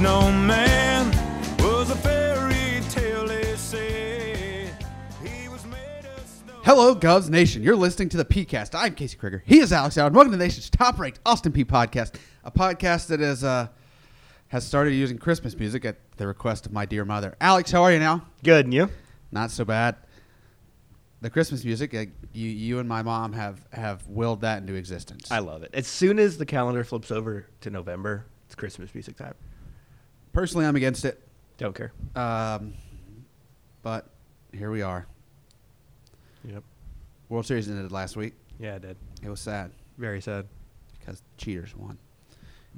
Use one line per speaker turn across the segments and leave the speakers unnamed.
man was a fairy tale, they say. He was made of snow.
Hello, Govs Nation. You're listening to the PCast. I'm Casey Krieger. He is Alex Allen. Welcome to the nation's top-ranked Austin P podcast, a podcast that is uh, has started using Christmas music at the request of my dear mother. Alex, how are you now?
Good, and you?
Not so bad. The Christmas music, uh, you you and my mom have have willed that into existence.
I love it. As soon as the calendar flips over to November, it's Christmas music time.
Personally, I'm against it,
Don't care.
um, but here we are.
Yep.
World Series ended last week.
Yeah, I did.
It was sad
Very sad.
because cheaters won.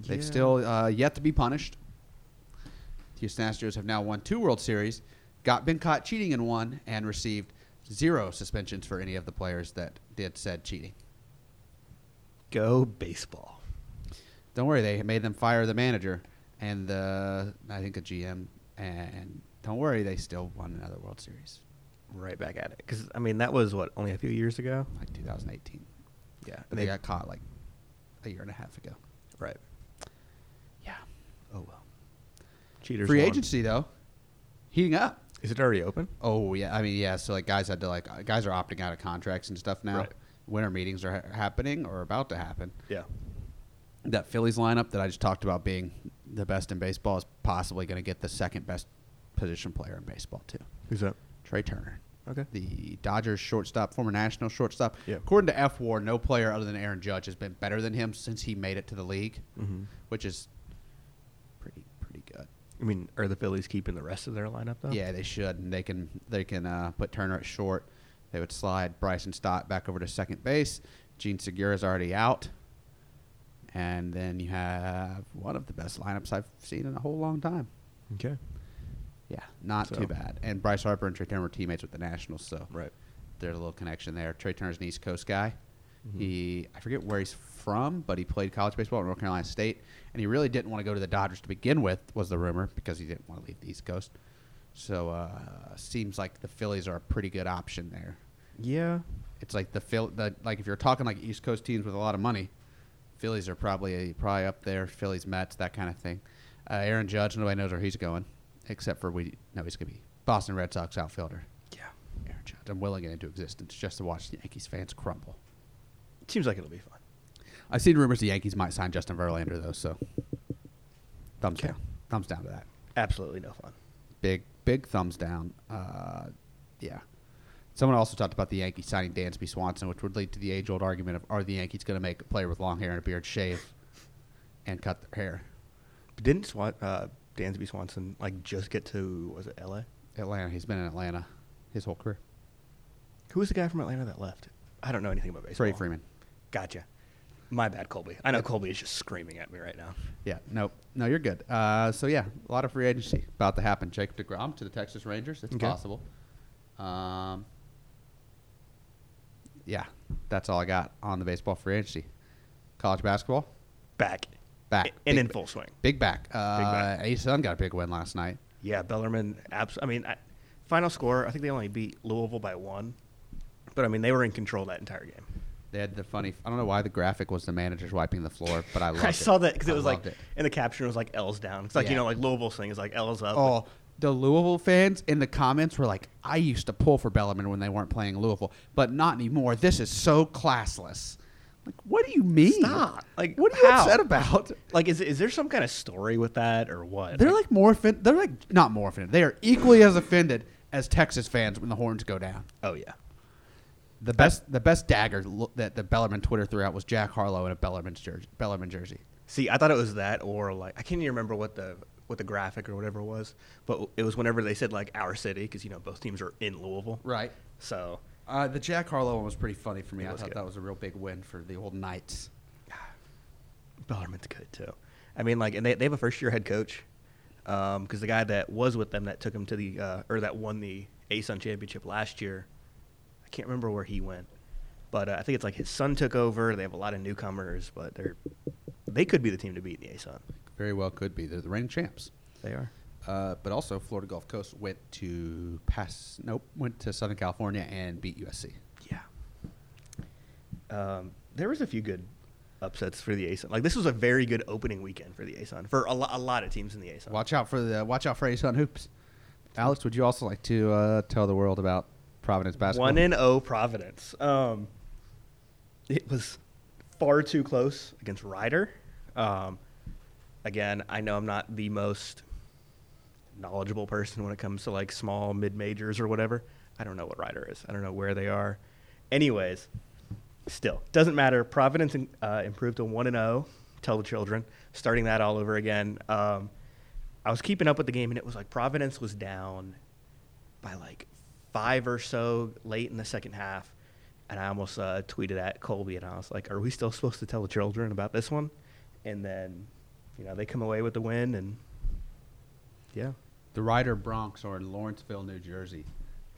Yeah.
They've still uh, yet to be punished. The Houston Astros have now won two World Series, got been caught cheating in one, and received zero suspensions for any of the players that did said cheating.
Go baseball.
Don't worry, they made them fire the manager and the I think the GM. And don't worry, they still won another World Series,
Right back at it. Because, I mean, that was, what, only a few years ago?
like 2018.
Yeah.
But they got caught like a year and a half ago.
right.
Yeah. Oh well.
Cheaters.
Free
won.
agency though, heating up.
Is it already open?
Oh yeah, I mean yeah. So like guys had to like uh, guys are opting out of contracts and stuff now.
Right.
Winter meetings are ha- happening or about to happen.
Yeah.
That Phillies lineup that I just talked about being the best in baseball is possibly going to get the second best position player in baseball too,
Who's up?
Trey Turner.
Okay.
The Dodgers shortstop, former national shortstop.
Yeah.
According to F War, no player other than Aaron Judge has been better than him since he made it to the league,
Mhm.
which is pretty pretty good.
I mean, are the Phillies keeping the rest of their lineup, though?
Yeah, they should, and they can they can uh, put Turner at short. They would slide Bryson Stott back over to second base. Gene Segura's already out, and then you have one of the best lineups I've seen in a whole long time.
Okay.
Yeah, not
So-
too bad. And Bryce Harper and Trey Turner were teammates with the Nationals, so
Right.
there's a little connection there. Trey Turner's an East Coast guy.
Mhm.
He I forget where he's from, but he played college baseball at North Carolina State, and he really didn't want to go to the Dodgers to begin with, was the rumor, because he didn't want to leave the East Coast. So uh, seems like the Phillies are a pretty good option there.
Yeah.
It's like the Phil, the, like if you're talking like East Coast teams with a lot of money, Phillies are probably probably up there. Phillies, Mets, that kind of thing. Uh, Aaron Judge, nobody knows where he's going, except for we know he's gonna be Boston Red Sox outfielder.
Yeah.
Aaron Judge. I'm willing it into existence just to watch the Yankees fans crumble.
Seems like it'll be fun.
I've seen rumors the Yankees might sign Justin Verlander though, so thumbs
Okay.
down. Thumbs down to that.
Absolutely no fun.
Big big thumbs down. Uh, yeah. Someone also talked about the Yankees signing Dansby Swanson, which would lead to the age old argument of are the Yankees going to make a player with long hair and a beard shave and cut their hair?
But didn't Swan, uh, Dansby Swanson, like, just get to, was it L.A.?
Atlanta. He's been in Atlanta his whole career.
Who was the guy from Atlanta that left? I don't know anything about baseball.
Freddie Freeman.
Gotcha. My bad, Colby. I know Colby is just screaming at me right now.
Yeah, no, no, you're good. Uh, so yeah, a lot of free agency about to happen. Jacob Degrom to the Texas Rangers, it's
Okay.
possible. Um, yeah, that's all I got on the baseball free agency. College basketball,
Back.
back
And in
big,
full swing.
big back. Uh,
back.
A Sun got a big win last night.
Yeah, Bellerman. Abs- I mean, I, final score, I think they only beat Louisville by one. But, I mean, they were in control that entire game.
They had the funny. I don't know why the graphic was the managers wiping the floor, but I loved
I
it.
saw that because
I
it was like,
loved it.
in the caption, it was like L's down. It's like,
Yeah.
you know, like Louisville's thing is like L's up.
Oh, the Louisville fans in the comments were like, I used to pull for Bellarmine when they weren't playing Louisville, but not anymore. This is so classless. Like, what do you mean?
Stop. Like,
what are you
how?
upset about?
Like, is, is there some kind of story with that or what?
They're like more offended. They're like, not more offended. They are equally as offended as Texas fans when the horns go down.
oh, yeah.
The best, the best dagger lo- that the Bellarmine Twitter threw out was Jack Harlow in a Bellarmine's jersey. Bellarmine jersey.
See, I thought it was that, or like I can't even remember what the what the graphic or whatever it was, but it was whenever they said like our city because you know both teams are in Louisville,
Right.
So
Uh, the Jack Harlow one was pretty funny for me.
It
I
was
thought
good.
that was a real big win for the old Knights.
Bellarmine's good too. I mean, like, and they, they have a first year head coach because the guy that was with them that took him to the uh, or that won the ASUN championship last year, I can't remember where he went, but uh, I think it's like his son took over. They have a lot of newcomers, but they're they could be the team to beat in the ASUN.
Very well could be. They're the reigning champs.
They are.
Uh, but also, Florida Gulf Coast went to pass. Nope, went to Southern California and beat USC.
Yeah. Um, there was a few good upsets for the ASUN. Like this was a very good opening weekend for the ASUN for a, lo- a lot of teams in the ASUN.
Watch out for the watch out for Ace on hoops. Alex, would you also like to uh, tell the world about Providence basketball?
One and O Providence. Um, it was far too close against Ryder. Um, again, I know I'm not the most knowledgeable person when it comes to like small mid majors or whatever. I don't know what Ryder is. I don't know where they are. Anyways, still doesn't matter. Providence uh, improved to one and zero. Tell the children starting that all over again. Um, I was keeping up with the game and it was like Providence was down by like five or so late in the second half, and I almost uh, tweeted at Colby and I was like, "Are we still supposed to tell the children about this one?" And then, you know, they come away with the win and yeah,
The Ryder Bronx are in Lawrenceville, New Jersey.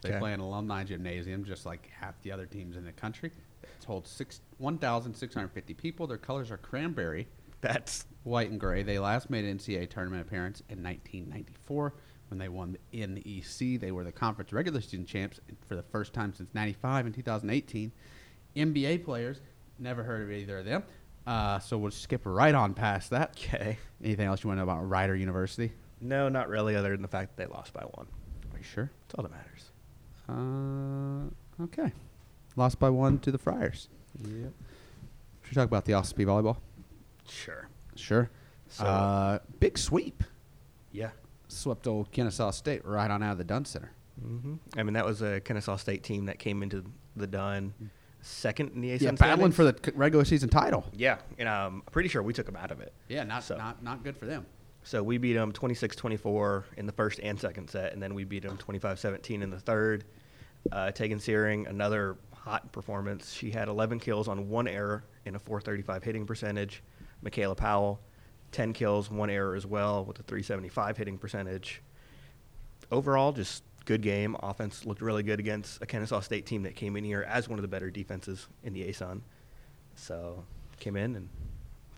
They
Okay.
play an alumni gymnasium, just like half the other teams in the country. It holds six, 1,650 people. Their colors are cranberry,
that's
white, and gray. They last made an NCAA tournament appearance in 1994 when they won the NEC. They were the conference regular season champs for the first time since 95 and 2018. NBA players, never heard of either of them. Uh, so we'll skip right on past that.
okay.
Anything else you want to know about Ryder University?
No, not really, other than the fact that they lost by one.
Are you sure?
That's all that matters.
Uh, okay. Lost by one to the Friars.
Yep.
Should we talk about the off speed volleyball?
Sure.
Sure.
So-
uh, big sweep.
Yeah.
Swept old Kennesaw State right on out of the Dunn Center.
hmm I mean, that was a Kennesaw State team that came into the Dunn second in the ASUN.
yeah, battling
standings.
for the c- regular season title.
Yeah, and um, I'm pretty sure we took them out of it.
Yeah, not,
So-
not, not good for them.
So we beat them 26-24 in the first and second set, and then we beat them 25-17 in the third. Uh, Tegan Searing, another hot performance. She had 11 kills on one error and a 435 hitting percentage. Michaela Powell, 10 kills, one error as well with a 375 hitting percentage. Overall, just good game. Offense looked really good against a Kennesaw State team that came in here as one of the better defenses in the ASUN. So came in and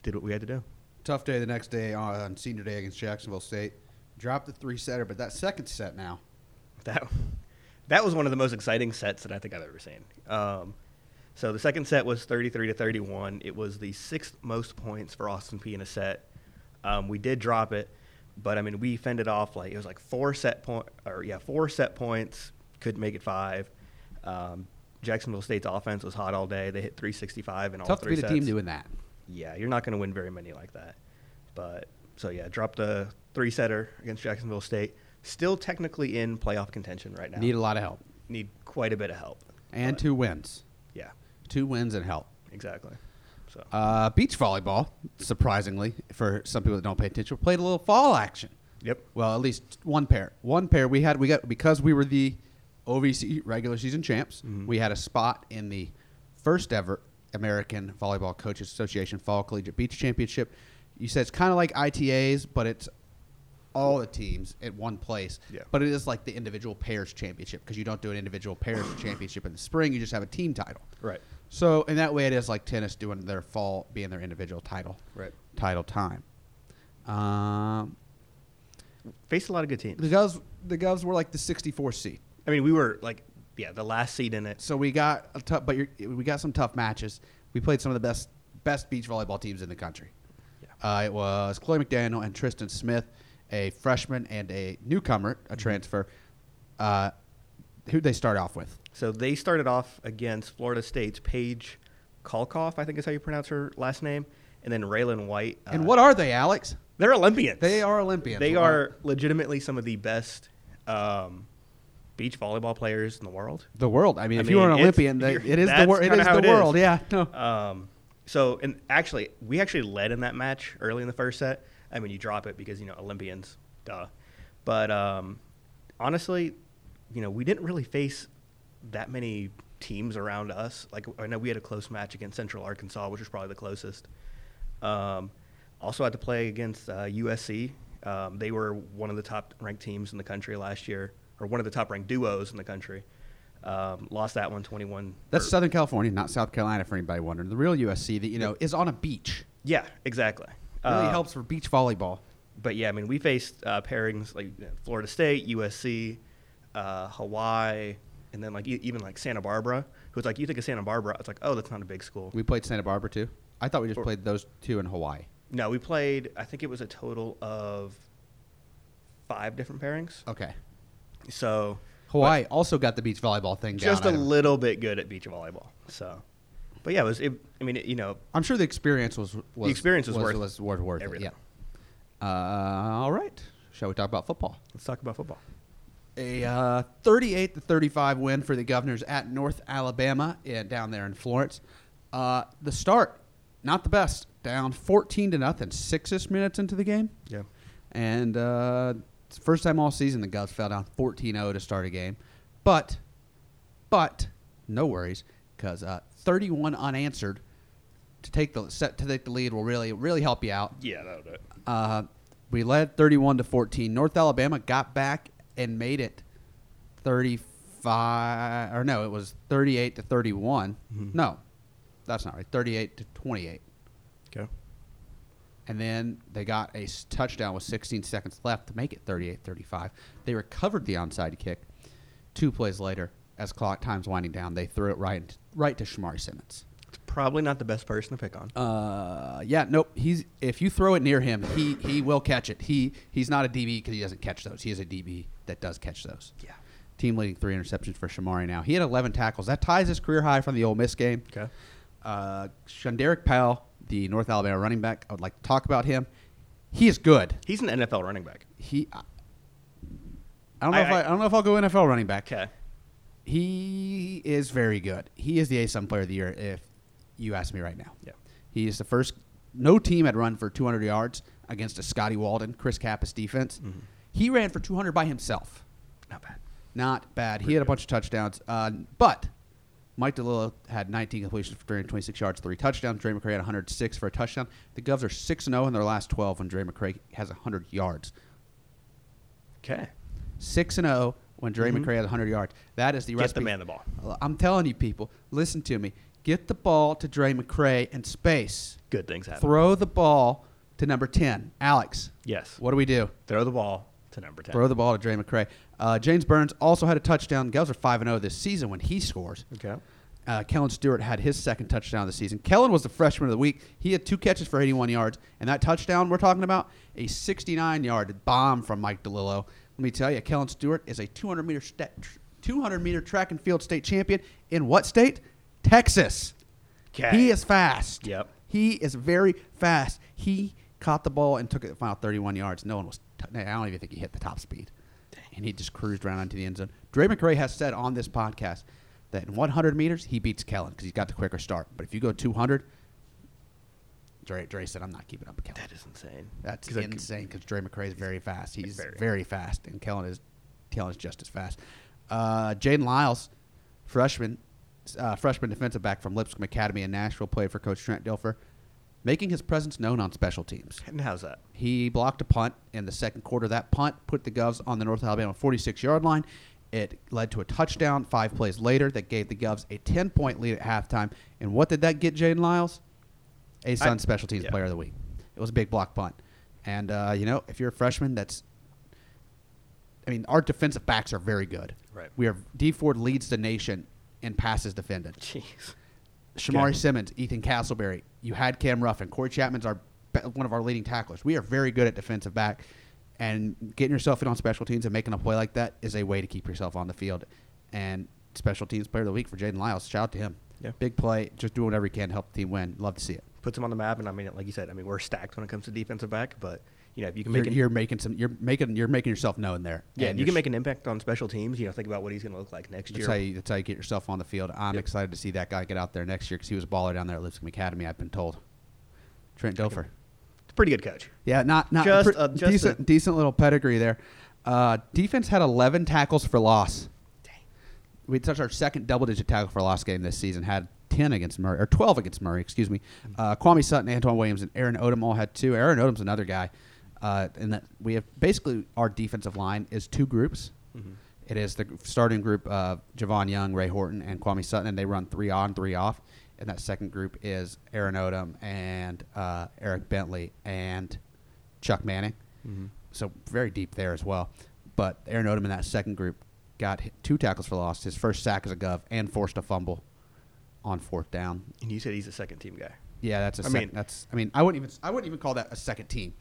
did what we had to do.
Tough day the next day on senior day against Jacksonville State. Dropped the three setter, but that second set now.
That that was one of the most exciting sets that I think I've ever seen. Um, so the second set was 33 to 31. It was the sixth most points for Austin P in a set. Um, we did drop it, but I mean we fended off like it was like four set point or yeah four set points. Couldn't make it five. Um, Jacksonville State's offense was hot all day. They hit 365 in all
Tough to
three
beat
sets
a team doing that.
yeah, you're not going to win very many like that. But so yeah, dropped a three setter against Jacksonville State. Still technically in playoff contention right now.
Need a lot of help.
Need quite a bit of help.
And
But,
two wins.
Yeah,
Two wins and help.
exactly. So
Uh, beach volleyball, surprisingly, for some people that don't pay attention, played a little fall action.
Yep.
Well, at least one pair. One pair we had. We got because we were the OVC regular season champs.
Mm-hmm.
We had a spot in the first ever American Volleyball Coaches Association Fall Collegiate Beach Championship. You said it's kind of like ITAs, but it's all the teams at one place.
Yeah.
But it is like the individual pairs championship because you don't do an individual pairs championship in the spring. You just have a team title.
Right.
So in that way, it is like tennis doing their fall being their individual title.
Right.
Title time. Um,
faced a lot of good teams.
the Govs the Govs were like the 64 seed.
I mean, we were like yeah the last seed in it.
So we got a tough, but you're, we got some tough matches. We played some of the best best beach volleyball teams in the country.
Yeah.
Uh, it was Chloe McDaniel and Tristan Smith, a freshman and a newcomer,
Mm-hmm.
a transfer. Uh, who they start off with?
So they started off against Florida State's Paige Kalkoff, I think is how you pronounce her last name, and then Raylan White. uh,
and what are they, Alex?
They're Olympians.
They are Olympians.
They
Wow.
are legitimately some of the best um, beach volleyball players in the world.
The world. I mean,
I
if you were an
mean, it's-
Olympian, they,
you're-
it is the
that's
world. It
kinda
is
how
the
it is.
world. Yeah. No.
Um, so, and actually, we actually led in that match early in the first set. I mean, you drop it because you know Olympians, duh. But um, honestly, you know, we didn't really face that many teams around us. Like I know we had a close match against Central Arkansas, which was probably the closest. Um, also had to play against uh, USC. Um, they were one of the top ranked teams in the country last year, or one of the top ranked duos in the country. Um, lost that one 21.
That's
or-
Southern California, not South Carolina, for anybody wondering. The real USC that you know is on a beach.
Yeah, exactly.
Really
Uh,
helps for beach volleyball.
But yeah, I mean, we faced uh, pairings like you know, Florida State, USC, uh, Hawaii, And then like e- even like Santa Barbara, who's like you think of Santa Barbara, it's like oh that's not a big school.
We played Santa Barbara too. I thought we just played those two in Hawaii.
no, we played. I think it was a total of five different pairings.
Okay.
So
Hawaii also got the beach volleyball thing
just a
down. I don't-
little bit good at beach volleyball. So, but yeah, it was. It, I mean, it, you know,
I'm sure the experience was, was
experience was worth
was worth, worth it.
everything.
Yeah. Uh, all right. Shall we talk about football?
let's talk about football.
A uh, 38 to 35 win for the Governors at North Alabama and down there in Florence. Uh, the start, not the best. Down 14 to nothing, six-ish minutes into the game.
Yeah.
And uh, it's the first time all season the Govs fell down 14-0 to start a game. But, but, no worries, because uh, 31 unanswered to take the set to take the lead will really really help you out.
Yeah, that'll do it.
Uh, we led 31 to 14. North Alabama got back and made it 35 or no, it was 38 to 31. No. That's not right. 38 to 28.
Okay.
And then they got a s- touchdown with 16 seconds left to make it 38-35. They recovered the onside kick. Two plays later, as clock time's winding down, they threw it right right to Shamari Simmons.
It's probably not the best person to pick on.
Uh, yeah, nope. He's if you throw it near him, he he will catch it. He he's not a DB because he doesn't catch those. He is a DB that does catch those.
Yeah.
Team leading three interceptions for Shamari now. He had 11 tackles. That ties his career high from the Ole Miss game.
Okay.
Uh, Shanderick Powell, the North Alabama running back. I would like to talk about him. He is good.
He's an NFL running back.
He. I, I don't know
I-
if I,
I-
I don't know if I'll go NFL running back.
Okay.
He is very good. He is the ASUN player of the year, if you ask me right now.
Yeah.
He is the first, no team had run for 200 yards against a Scotty Walden, Chris Kappas defense. He ran for 200 by himself.
Not bad.
Not bad. he had a bunch of touchdowns. Uh, but Mike DeLillo had 19 completions for 326 yards, three touchdowns. Dre McCray had 106 for a touchdown. The Govs are 6 0 in their last 12 when Dre McCray has 100 yards.
Okay.
6 and 0 when Dre McCray had 100 yards. That is the
Mm-hmm. Get the
recipe.
man the ball.
I'm telling you, people, listen to me. Get the ball to Dre McCray in space.
Good things happen.
Throw the ball to number 10, Alex.
Yes.
What do we do?
Throw the ball to number ten.
Throw the ball to Dre McCray. Uh, James Burns also had a touchdown. Gels are 5 and 0 this season when he scores.
Okay.
Uh, Kellen Stewart had his second touchdown of the season. Kellen was the freshman of the week. He had two catches for 81 yards, and that touchdown we're talking about, a 69-yard bomb from Mike DeLillo. Let me tell you, Kellen Stewart is a 200 meter sta- tr- 200 meter track and field state champion in what state? Texas.
'Kay.
He is fast.
Yep.
He is very fast. He caught the ball and took it the final 31 yards. No one was. T- I don't even think he hit the top speed. And he just cruised around into the end zone. Dre McRae has said on this podcast that in 100 meters he beats Kellen because he's got the quicker start. But if you go 200, Dre, Dre said, "I'm not keeping up with Kellen."
That is insane.
That's
'Cause I could-
insane because Dre McRae is very fast. He's very,
Very.
fast, and Kellen is Kellen is just as fast. Uh, Jaden Lyles, freshman, uh, freshman defensive back from Lipscomb Academy in Nashville, played for Coach Trent Dilfer, making his presence known on special teams.
And how's that?
He blocked a punt in the second quarter. That punt put the Govs on the North Alabama 46 yard line. It led to a touchdown five plays later that gave the Govs a 10 point lead at halftime. And what did that get Jaden Lyles? A Sun Special Teams
yeah.
Player of the Week. It was a big block punt. And, uh, you know, if you're a freshman, that's. I mean, our defensive backs are very good.
Right.
We are. D Ford leads the nation in passes defended.
Jeez.
Shamari
Okay.
Simmons, Ethan Castleberry. You had Cam Ruffin. Corey Chapman's our be- one of our leading tacklers. We are very good at defensive back, and getting yourself in on special teams and making a play like that is a way to keep yourself on the field. And special teams player of the week for Jaden Lyles. Shout out to him.
Yeah.
Big play. Just do whatever you can to help the team win. Love to see it.
Puts him on the map, and I mean, like you said, I mean, we're stacked when it comes to defensive back, but you know, if you can
You're,
make an,
you're making some. You're making. You're making yourself known there.
yeah,
And
you
you're
can
sh-
make an impact on special teams. You know, think about what he's going to look like next
That's
year.
how, you, that's how you get yourself on the field. I'm
Yep.
excited to see that guy get out there next year because he was a baller down there at Lipscomb Academy. I've been told. Trent Dilfer.
Pretty good coach.
Yeah, not not
Just
pre-
a- just
decent,
a-
decent little pedigree there. Uh, defense had 11 tackles for loss.
Dang.
We touched our second double-digit tackle for loss game this season. Had 10 against Murray or 12 against Murray, excuse me. Uh, Kwame Sutton, Antoine Williams, and Aaron Odom all had two. Aaron Odom's another guy, uh, and that we have basically our defensive line is two groups. It is the starting group of Javon Young, Ray Horton, and Kwame Sutton, and they run three on, three off. And that second group is Aaron Odom and uh, Eric Bentley and
Mm-hmm.
Chuck Manning. So very deep there as well. But Aaron Odom in that second group got hit two tackles for loss. His first sack is a gov and forced a fumble on fourth down.
And you said he's a second team guy.
Yeah, that's a
I
sec-
mean-
that's I mean I wouldn't even I wouldn't even call that a second team.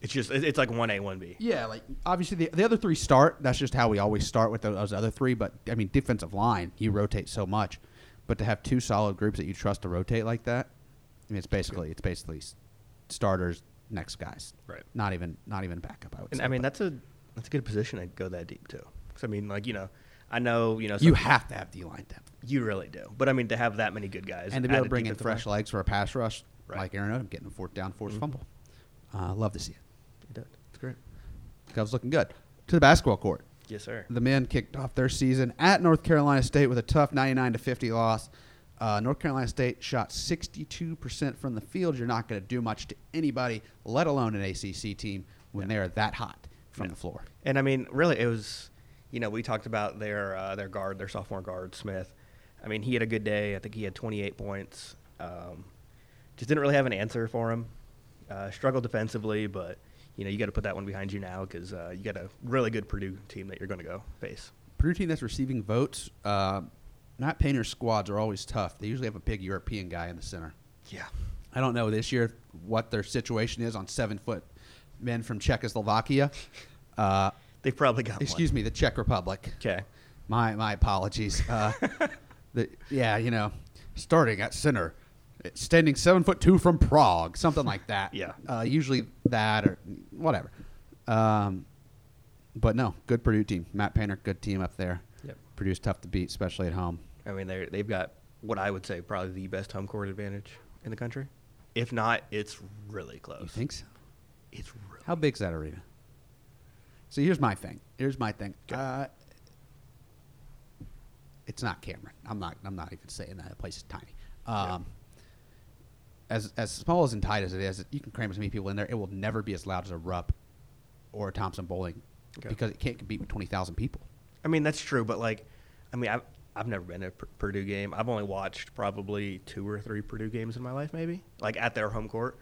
It's just it- it's like one A, one B.
Yeah, like obviously the, the other three start. That's just how we always start with those other three. But I mean, defensive line, you rotate so much, but to have two solid groups that you trust to rotate like that, I mean, it's basically it's basically s- starters, next guys,
Right.
Not even not even backup. I would.
And
say,
I mean
but
that's a that's a good position to go that deep too. 'Cause, I mean, like you know, I know you know
you
some-
have to have D line depth,
you really do. But I mean, to have that many good guys
and to be able to
added
bring in
defensive line,
fresh legs for a pass rush
Right. Mm-hmm.
like Aaron Odom getting a fourth down, forced fumble. Uh, love to see it.
you do it. It's great.
Gov's looking good. To the basketball court.
Yes, sir.
The men kicked off their season at North Carolina State with a tough 99 to 50 loss. Uh, North Carolina State shot 62% from the field. You're not going to do much to anybody, let alone an ACC team, when they are that hot from the floor.
And I mean, really, it was, you know, we talked about their uh, their guard, their sophomore guard Smith. I mean, he had a good day. I think he had 28 points. Um, just didn't really have an answer for him. Uh, struggled defensively, but you know, you got to put that one behind you now because uh, you got a really good Purdue team that you're going to go face.
Purdue team that's receiving votes, uh, Matt Painter's squads are always tough. They usually have a big European guy in the center.
Yeah.
I don't know this year what their situation is on seven foot men from Czechoslovakia. Uh,
They've probably got.
excuse me, the Czech Republic.
Okay.
My my apologies. Uh, the, yeah, you know, starting at center, standing seven foot two from Prague, something like that.
Yeah.
Uh, usually that or whatever. Um, but no, good Purdue team. Matt Painter, good team up there.
Yep.
Purdue's tough to beat, especially at home.
I mean, they they've got what I would say probably the best home court advantage in the country. If not, it's really close.
You think so?
It's really.
How big's that arena? So here's my thing. Here's my thing. Uh, it's not Cameron. I'm not. I'm not even saying that. The place is tiny. Um, As as small as and tight as it is, you can cram as many people in there. It will never be as loud as a Rupp or a Thompson Bowling
Okay.
because it can't compete with twenty thousand people.
I mean, that's true, but like, I mean, I've I've never been to a P- Purdue game. I've only watched probably two or three Purdue games in my life, maybe like at their home court.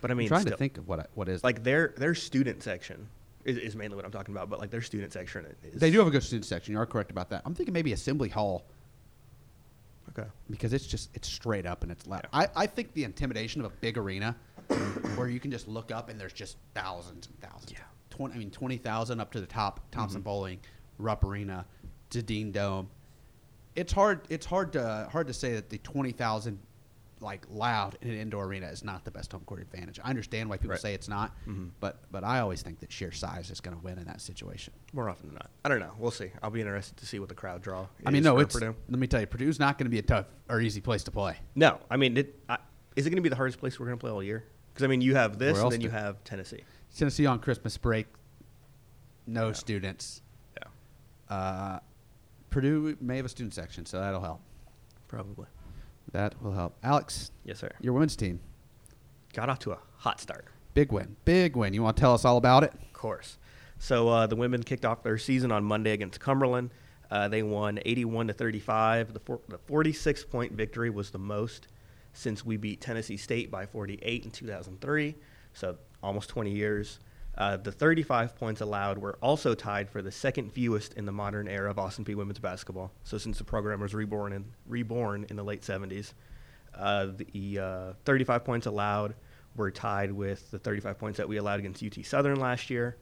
But
I
I
am
mean,
trying to
still-
think of what I, what is
like their their student section is, is mainly what I'm talking about. But like their student section is
They do have a good student section. You are correct about that. I'm thinking maybe Assembly Hall
okay.
because it's just it's straight up and it's loud.
Yeah.
I, I think the intimidation of a big arena where you can just look up and there's just thousands and thousands.
Yeah. Mm-hmm.
Twenty I mean twenty thousand up to the top, Thompson Bowling, Rupp Arena, Dean Dome. It's hard it's hard to hard to say that the twenty thousand like loud in an indoor arena is not the best home court advantage. I understand why people
Right.
say it's not,
Mhm.
but but I always think that sheer size is going to win in that situation.
More often than not, I don't know. We'll see. I'll be interested to see what the crowd draw.
I mean,
is
no,
for
it's
Purdue.
let me tell you, Purdue's not going to be a tough or easy place to play.
no. I mean, it, I, is it going to be the hardest place we're going to play all year? Because I mean, you have this,
Where
and
else
then you
do-
have Tennessee.
Tennessee on Christmas break, no students.
Yeah,
Uh, Purdue may have a student section, so that'll help.
probably.
That will help. Alex,
Yes, sir.
your women's team,
Got off to a hot start.
big win, big win. You want to tell us all about it?
Of course. So uh, the women kicked off their season on Monday against Cumberland. Uh, they won 81 to 35. The, four, the 46 point victory was the most since we beat Tennessee State by 48 in 2003, so almost 20 years. Uh, the 35 points allowed were also tied for the second fewest in the modern era of Austin P women's basketball. So since the program was reborn in reborn in the late 70s, uh, the uh, 35 points allowed were tied with the 35 points that we allowed against UT Southern last year.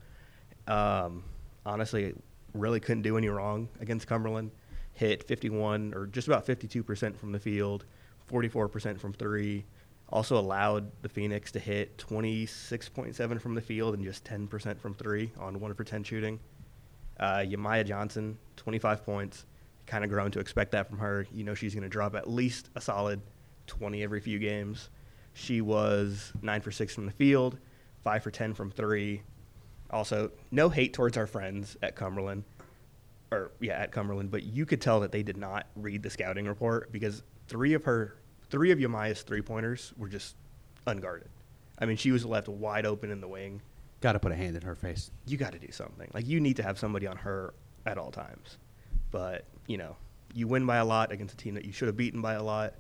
Um, honestly, really couldn't do any wrong against Cumberland. Hit 51 or just about 52% from the field, 44% from three. Also allowed the Phoenix to hit 26.7 from the field and just 10% from three on one for 10 shooting. Uh, Yamaya Johnson, 25 points. Kind of grown to expect that from her. You know she's going to drop at least a solid 20 every few games. She was 9 for 6 from the field, 5 for 10 from 3. Also, no hate towards our friends at Cumberland. Or yeah, at Cumberland, but you could tell that they did not read the scouting report because three of her three of Yamaya's three-pointers were just unguarded. I mean, she was left wide open in the wing
Got to put a hand in her face.
you got to do something. Like you need to have somebody on her at all times. But you know, you win by a lot against a team that you should have beaten by a lot,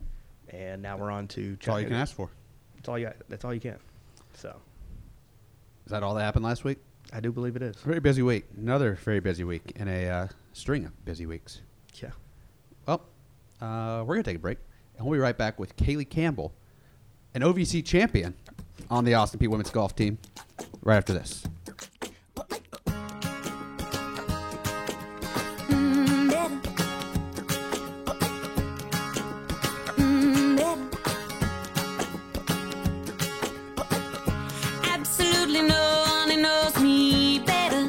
and now we're on to.
That's all you can
Chattanooga.
ask for.
That's all you. That's all you can. So,
Is that all that happened last week?
I do believe it is.
Very busy week. Another very busy week in a uh, string of busy weeks.
Yeah.
Well, uh, we're going to take a break, and we'll be right back with Kaylee Campbell, an OVC champion on the Austin P women's golf team, right after this.
Mm, baby. Mm, baby. Absolutely no one who knows me better.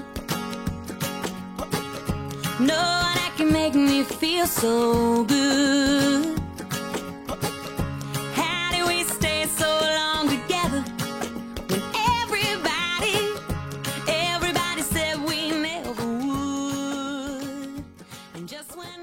No one that can make me feel so good. How do we stay so long together when everybody Everybody said we never would. And just when I.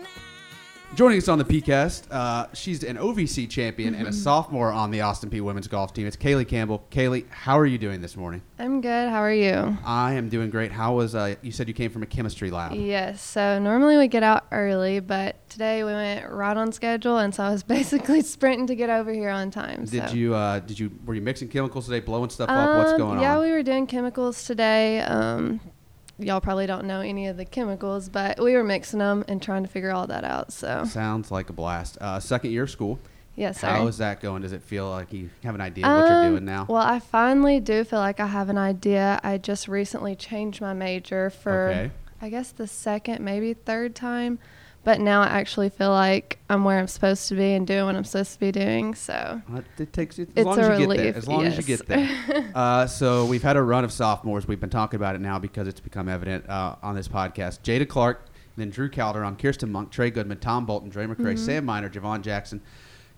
Joining us on the PCast, uh, she's an OVC champion
Mm-hmm.
and a sophomore on the Austin P women's golf team. It's Kaylee Campbell. Kaylee, how are you doing this morning?
I'm good. How are you?
I am doing great. How was uh, you said you came from a chemistry lab?
Yes. So normally we get out early, but today we went right on schedule, and so I was basically sprinting to get over here on time.
Did
so.
you uh, did you were you mixing chemicals today, blowing stuff up? What's
Um,
going
yeah,
on?
we were doing chemicals today. Um, y'all probably don't know any of the chemicals, but we were mixing them and trying to figure all that out. So
Sounds like a blast. Uh, second year of school.
yes, sir.
How is that going? Does it feel like you have an idea what you're
Um,
doing now?
Well, I finally do feel like I have an idea. I just recently changed my major for,
Okay.
I guess, the second, maybe third time. But now I actually feel like I'm where I'm supposed to be and doing what I'm supposed to be doing. So,
Uh, It takes as
It's
long
a
as you get
relief,
there. As long as you
yes.
get there. uh, so we've had a run of sophomores. We've been talking about it now because it's become evident uh, on this podcast. Jada Clark, then Drew Calderon, Kirsten Monk, Trey Goodman, Tom Bolton, Dre McCray,
Mm-hmm.
Sam Miner, Javon Jackson,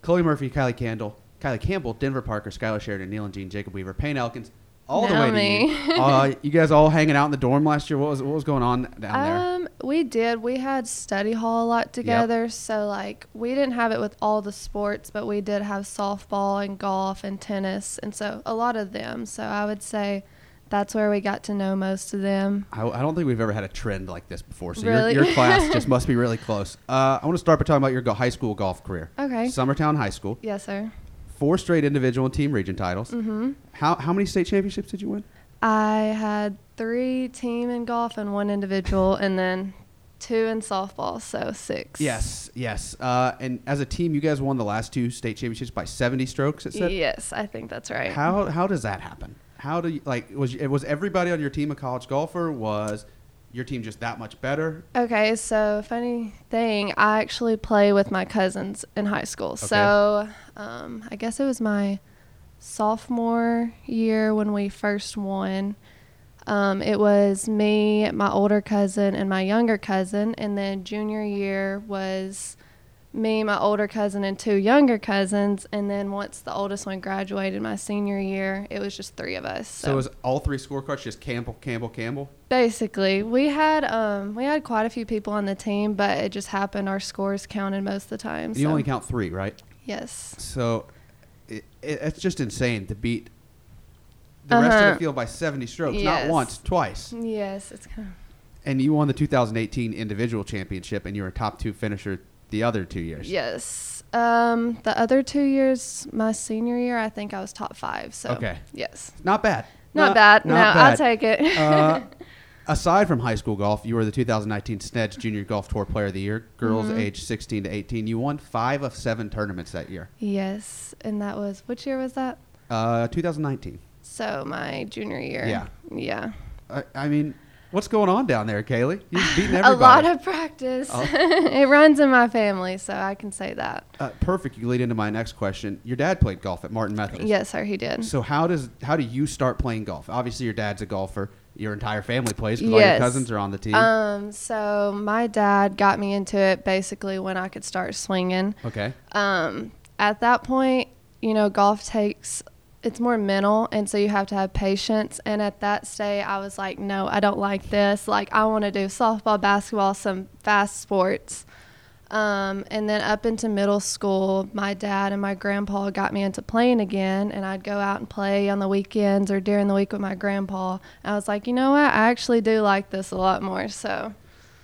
Chloe Murphy, Kylie Candle, Kylie Campbell, Denver Parker, Skylar Sheridan, Neil and Jean, Jacob Weaver, Payne Elkins. All
Now
the way
me.
to you. Uh, you guys all hanging out in the dorm last year. What was what was going on down there?
um, we did. We had study hall a lot together. So, like, we didn't have it with all the sports, but we did have softball and golf and tennis. And so, a lot of them. So, I would say that's where we got to know most of them.
I, I don't think we've ever had a trend like this before. So
Really?
your, your class just must be really close. Uh, I want to start by talking about your go- high school golf career.
Okay.
Summertown High School,
Yes, sir.
four straight individual and team region titles. Mm-hmm. How how many state championships did you win?
I had three team in golf and one individual, and then two in softball, so six.
Yes, yes. Uh, and as a team, you guys won the last two state championships by seventy strokes. It said.
Yes, I think that's right.
How how does that happen? How do you like was you- was everybody on your team a college golfer? Was your team just that much better?
Okay, so funny thing, I actually play with my cousins in high school. So um, I guess it was my sophomore year when we first won. Um, it was me, my older cousin, and my younger cousin. And then junior year was me, my older cousin, and two younger cousins. And then once the oldest one graduated my senior year, it was just three of us.
So, was all three scorecards just Campbell, Campbell, Campbell?
Basically, we had um, we had quite a few people on the team, but it just happened our scores counted most of the time.
You
so-
only count three, right?
Yes.
So it, it, it's just insane to beat the rest of
Uh-huh.
the field by 70 strokes, not
Yes.
once, twice.
Yes, it's kind of
And you won the 2018 individual championship, and you were a top two finisher the other two years.
yes. Um, the other two years, my senior year, I think I was top five. So
Okay.
yes,
Not bad.
not, bad. no, I'll
bad.
take it.
Uh, aside from high school golf, you were the 2019 SNEDS Junior Golf Tour Player of the Year, girls
Mm-hmm.
age 16 to 18. You won five of seven tournaments that year.
yes, and that was which year was that?
Uh, 2019.
So my junior year.
Yeah.
Yeah.
I, I mean, what's going on down there, Kaylee? You're beating everybody.
A lot of practice.
Oh.
it runs in my family, so I can say that.
Uh, perfect. You lead into my next question. Your dad played golf at Martin Methodist.
Yes, sir, he did.
So how does how do you start playing golf? Obviously, your dad's a golfer. Your entire family plays because all your
Yes.
cousins are on the team.
Um, so my dad got me into it basically when I could start swinging.
okay.
Um, at that point, you know, golf takes it's more mental, and so you have to have patience. And at that stage, I was like, no, I don't like this. Like, I want to do softball, basketball, some fast sports. Um, and then up into middle school, my dad and my grandpa got me into playing again, and I'd go out and play on the weekends or during the week with my grandpa. I was like, you know what? I actually do like this a lot more. So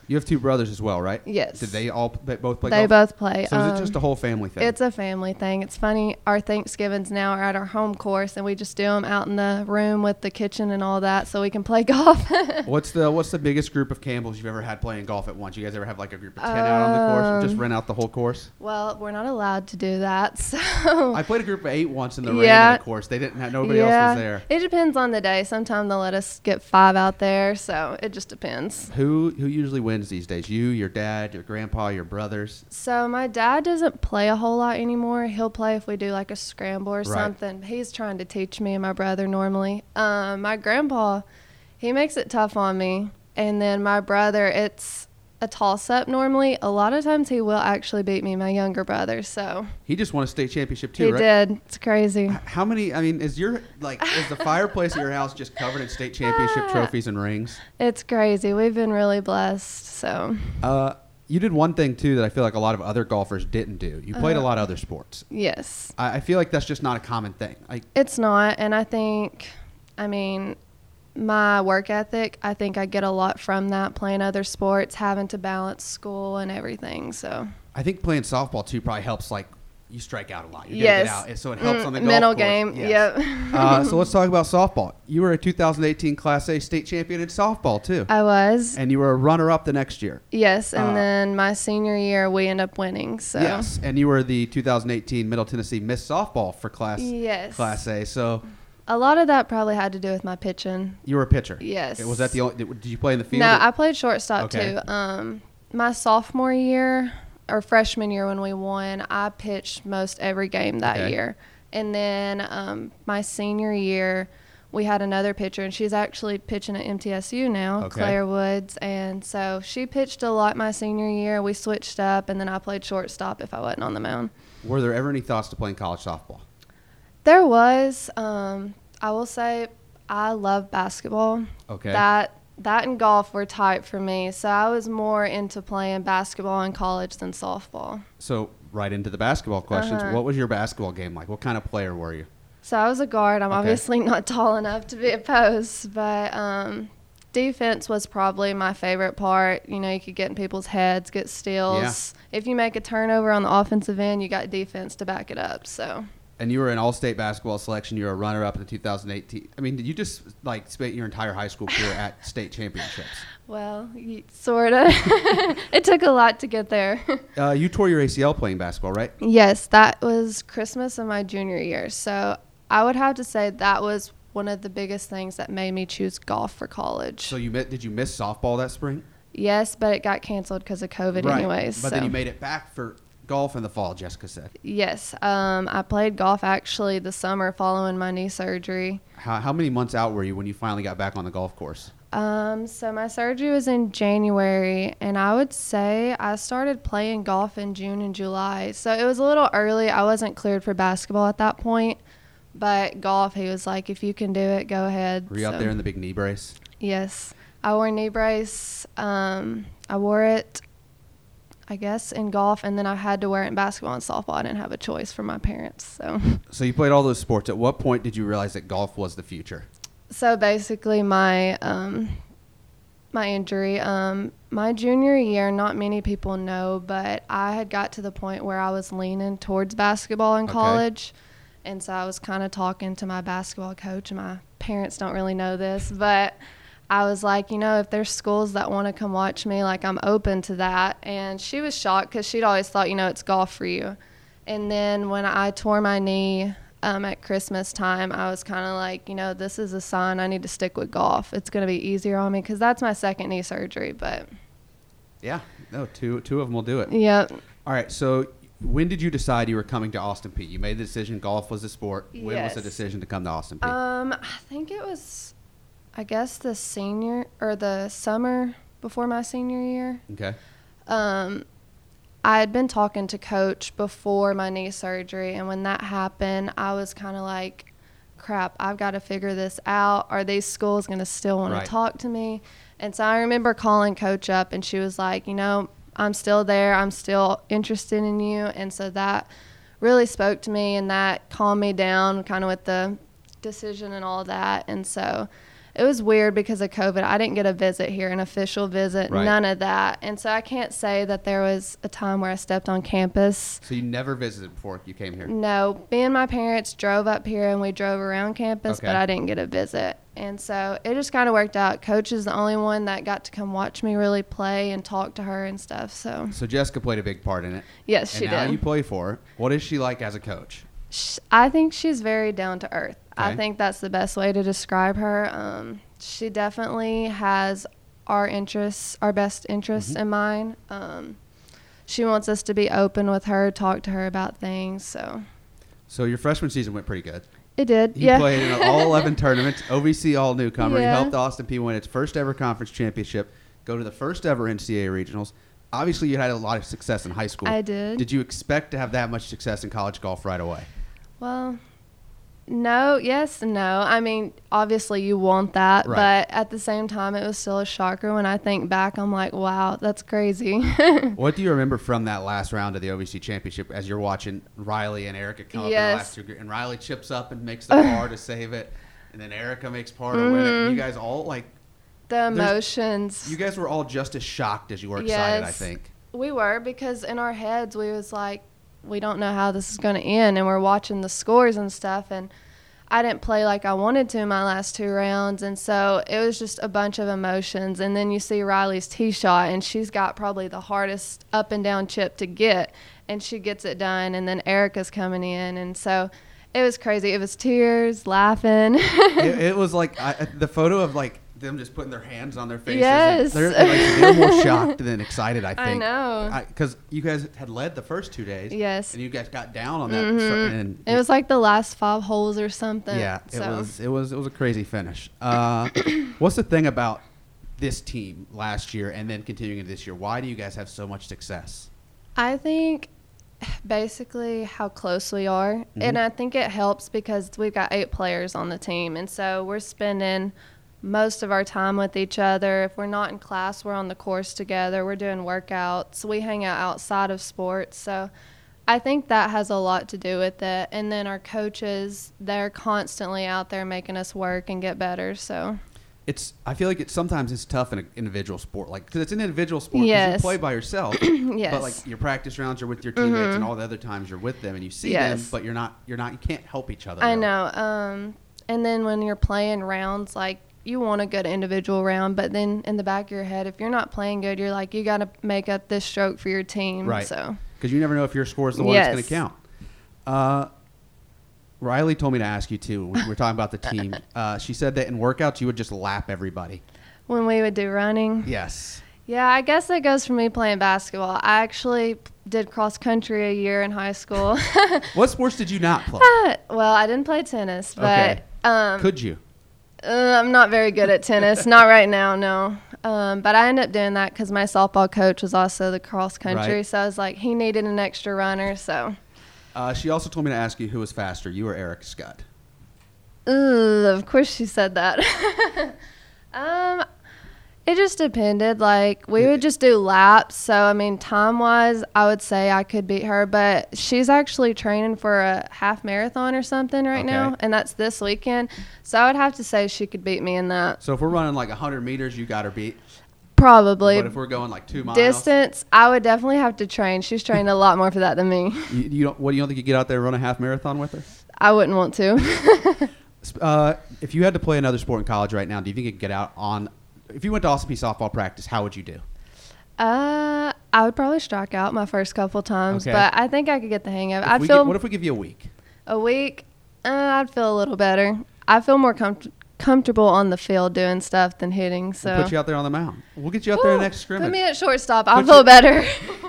You have two brothers as well, right?
Yes.
Did they all p- both play?
They
golf?
both play.
So is it just
um,
a whole family thing?
It's a family thing. It's funny. Our Thanksgivings now are at our home course, and we just do them out in the room with the kitchen and all that, so we can play golf.
what's the what's the biggest group of Campbells you've ever had playing golf at once? You guys ever have like a group of ten out on the course and just
Um,
rent out the whole course?
well, we're not allowed to do that, so.
I played a group of eight once in the
Yeah.
rain in the course. They didn't have nobody else was there.
It depends on the day. Sometimes they'll let us get five out there, so it just depends.
Who who usually wins these days? You, your dad, your grandpa, your brothers.
So my dad doesn't play a whole lot anymore. He'll play if we do like a scramble or something. He's trying to teach me and my brother normally. Um, my grandpa, he makes it tough on me, and then my brother, it's a toss up normally. A lot of times he will actually beat me, my younger brother. So
He just won a state championship too,
he
right?
did. It's crazy.
How many? I mean, is your like is the fireplace at your house just covered in state championship
Uh.
trophies and rings?
It's crazy. We've been really blessed. So
Uh, you did one thing too that I feel like a lot of other golfers didn't do. You played
Uh.
a lot of other sports.
yes.
I, I feel like that's just not a common thing. Like
It's not, and I think, I mean, my work ethic. I think I get a lot from that playing other sports, having to balance school and everything. So
I think playing softball too probably helps. Like you strike out a lot. You
Yes. Mm,
get out, and so it helps on the golf
mental
course.
game.
Yes.
Yep,
uh, so let's talk about softball. You were a 2018 Class A state champion in softball too,
I was.
and you were a runner-up the next year.
yes, and
uh,
then my senior year, we end up winning. So
Yes, and you were the 2018 Middle Tennessee Miss Softball for Class
Yes.
Class A. So
a lot of that probably had to do with my pitching.
you were a pitcher.
Yes.
Okay, Was that the only? Did you play in the field?
No,
or-
I played shortstop
Okay.
too. Um, my sophomore year or freshman year when we won, I pitched most every game that
Okay.
year. And then um, my senior year, we had another pitcher, and she's actually pitching at MTSU now,
Okay.
Claire Woods. And so she pitched a lot my senior year. We switched up, and then I played shortstop if I wasn't on the mound.
Were there ever any thoughts to playing college softball?
There was. Um, I will say, I love basketball.
Okay.
That that and golf were tight for me. So I was more into playing basketball in college than softball.
So right into the basketball questions.
Uh-huh.
What was your basketball game like? What kind of player were you?
So I was a guard. I'm
Okay.
obviously not tall enough to be a post, but um, defense was probably my favorite part. You know, you could get in people's heads, get steals. If you make a turnover on the offensive end, you got defense to back it up. So
And you were an all-state basketball selection. You were a runner-up in the 2018. I mean, did you just like spent your entire high school career at state championships?
well, sort of. it took a lot to get there.
Uh, you tore your ACL playing basketball, right?
Yes, that was Christmas of my junior year. So I would have to say that was one of the biggest things that made me choose golf for college.
So you met, did you miss softball that spring?
yes, but it got canceled because of COVID, anyways.
But
so.
then you made it back for golf in the fall. Jessica said.
yes, um, I played golf actually the summer following my knee surgery.
How, how many months out were you when you finally got back on the golf course?
Um, so my surgery was in January, and I would say I started playing golf in June and July. So it was a little early. I wasn't cleared for basketball at that point, but golf, he was like, if you can do it, go ahead.
Were you out
So-
there in the big knee brace?
Yes, I wore a knee brace. Um, I wore it, I guess, in golf, and then I had to wear it in basketball and softball. I didn't have a choice from my parents, so
So you played all those sports. At what point did you realize that golf was the future?
so basically my um, my injury. Um, my junior year, not many people know, but I had got to the point where I was leaning towards basketball in
Okay.
college, and so I was kind of talking to my basketball coach. and My parents don't really know this, but I was like, you know, if there's schools that want to come watch me, like I'm open to that. And she was shocked because she'd always thought, you know, it's golf for you. And then when I tore my knee um, at Christmas time, I was kind of like, you know, this is a sign I need to stick with golf. It's going to be easier on me because that's my second knee surgery. But
Yeah, no, two two of them will do it.
yeah,
All right, so when did you decide you were coming to Austin P? You made the decision golf was the sport. When was the
Yes.
decision to come to Austin P?
um, I think it was, I guess, the senior or the summer before my senior year.
okay.
um, I had been talking to coach before my knee surgery, and when that happened, I was kind of like, crap, I've got to figure this out. Are these schools going to still want
Right.
to talk to me? And so I remember calling coach up, and she was like, you know, I'm still there, I'm still interested in you. And so that really spoke to me, and that calmed me down kind of with the decision and all that. And so it was weird because of COVID. I didn't get a visit here, an official visit,
Right.
none of that. And so I can't say that there was a time where I stepped on campus.
So you never visited before you came
Mm.
here.
No, me and my parents drove up here and we drove around campus,
Okay.
but I didn't get a visit. And so it just kind of worked out. Coach is the only one that got to come watch me really play and talk to her and stuff. So,
So Jessica played a big part in it.
yes, she
and now
did.
you play for her. What is she like as a coach?
Sh- I think she's very down to earth. I
Okay.
think that's the best way to describe her. Um, she definitely has our interests, our best interests
Mm-hmm.
in mind. Um, she wants us to be open with her, talk to her about things. So
So your freshman season went pretty good.
it did.
You
yeah.
played in all 11 tournaments, OVC all newcomer. You
Yeah.
helped Austin P win its first ever conference championship, go to the first ever NCAA regionals. Obviously, you had a lot of success in high school.
I did.
Did you expect to have that much success in college golf right away?
Well, no, yes, and no. I mean, obviously you want that,
Right.
but at the same time, it was still a shocker when I think back. I'm like, wow, that's crazy.
What do you remember from that last round of the OVC championship as you're watching Riley and Erica come up in the
Yes.
last two gr- and Riley chips up and makes the par to save it, and then Erica makes par to win it.
Mm-hmm.
And you guys all like
the emotions.
you guys were all just as shocked as you were excited. I
Yes.
think.
we were because in our heads we was like, we don't know how this is going to end, and we're watching the scores and stuff, and I didn't play like I wanted to in my last two rounds, and so it was just a bunch of emotions. And then you see Riley's tee shot, and she's got probably the hardest up and down chip to get, and she gets it done. And then Erica's coming in, and so it was crazy. It was tears, laughing.
it, it was like I, the photo of like them just putting their hands on their faces.
Yes.
they're, like, they're more shocked than excited. I think.
I know.
Because you guys had led the first two days.
Yes. Mm-hmm.
And you guys got down on that. And
it was like the last five holes or something.
Yeah. It
so.
was. It was. It was a crazy finish. Uh, what's the thing about this team last year and then continuing into this year? Why do you guys have so much success?
I think basically how close we are. And I think it helps because we've got eight players on the team. And so we're spending most of our time with each other. If we're not in class, we're on the course together. We're doing workouts. We hang out outside of sports. So I think that has a lot to do with it. And then our coaches, they're constantly out there making us work and get better. So,
It's. I feel like it's sometimes it's tough in an individual sport, like because it's an individual sport. 'cause You
Yes.
play by yourself. yes. But
Yes. Mm-hmm.
like your practice rounds, you're with your teammates, and all the other times you're with them and you see them,
Yes.
but you're not. You're not. You can't help each other.
I
really.
know. Um, and then when you're playing rounds, like you want a good individual round, but then in the back of your head, if you're not playing good, you're like, you got to make up this stroke for your team.
Right.
So
Because you never know if your score is the one that's going
Yes.
to count. Uh, Riley told me to ask you too. We were talking about the team. Uh, she said that in workouts you would just lap everybody.
when we would do running,
Yes.
yeah, I guess that goes for me playing basketball. I actually did cross country a year in high school.
What sports did you not play?
well, I didn't play tennis, Ah, but um,
Okay. Could you?
Uh, I'm not very good at tennis. not right now, no. Um, but I ended up doing that because my softball coach was also the cross country.
Right.
So I was like, he needed an extra runner. So,
Uh, she also told me to ask you who was faster, you or Eric Scott.
Ugh, of course she said that. um, it just depended. Like we would just do laps. So I mean, time wise, I would say I could beat her, but she's actually training for a half marathon or something right now,
Okay.
and that's this weekend. So I would have to say she could beat me in that,
So if we're running like 100 meters, you got her beat.
probably.
But if we're going like two miles,
Distance, I would definitely have to train. She's trained a lot more for that than me.
you, you don't. What do you don't think you get out there and run a half marathon with her?
I wouldn't want to.
Sp- Uh, if you had to play another sport in college right now, do you think you could get out on? If you went to Austin P softball practice, how would you do?
Uh, I would probably strike out my first couple times,
Okay.
but I think I could get the hang of it.
If
I'd
we
feel
get- what if we give you a week?
a week. Uh, I'd feel a little better. I feel more com- comfortable on the field doing stuff than hitting. So
We'll put you out there on the mound. We'll get you out there
Woo,
next scrimmage.
Put me at shortstop. I'll
Put
feel
you-
better.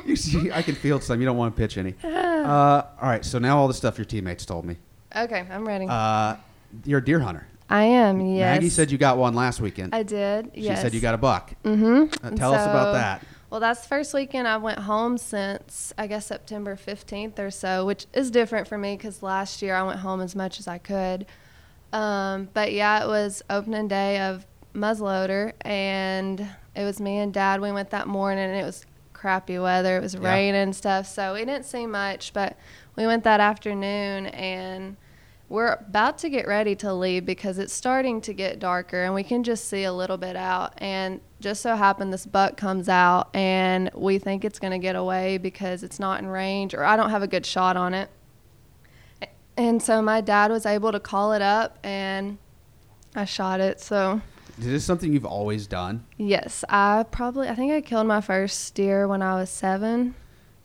You see, I can field some. You don't want to pitch any. Uh, all right. So now all the stuff your teammates told me.
okay, I'm ready.
Uh, you're a deer hunter.
I am. Yes.
Maggie said you got one last weekend.
I did.
she
yes.
said you got a buck. Mm-hmm. tell us about
So-
that.
Well, that's the first weekend I went home since I guess September 15th or so, which is different for me because last year I went home as much as I could. Um, but yeah, it was opening day of muzzleloader, and it was me and dad. We went that morning, and it was crappy weather. It was
Yeah.
raining and stuff, so we didn't see much. But we went that afternoon, and we're about to get ready to leave because it's starting to get darker and we can just see a little bit out. And just so happened this buck comes out and we think it's going to get away because it's not in range or I don't have a good shot on it. And so my dad was able to call it up and I shot it. So,
Is this something you've always done?
yes, I probably, I think I killed my first deer when I was seven,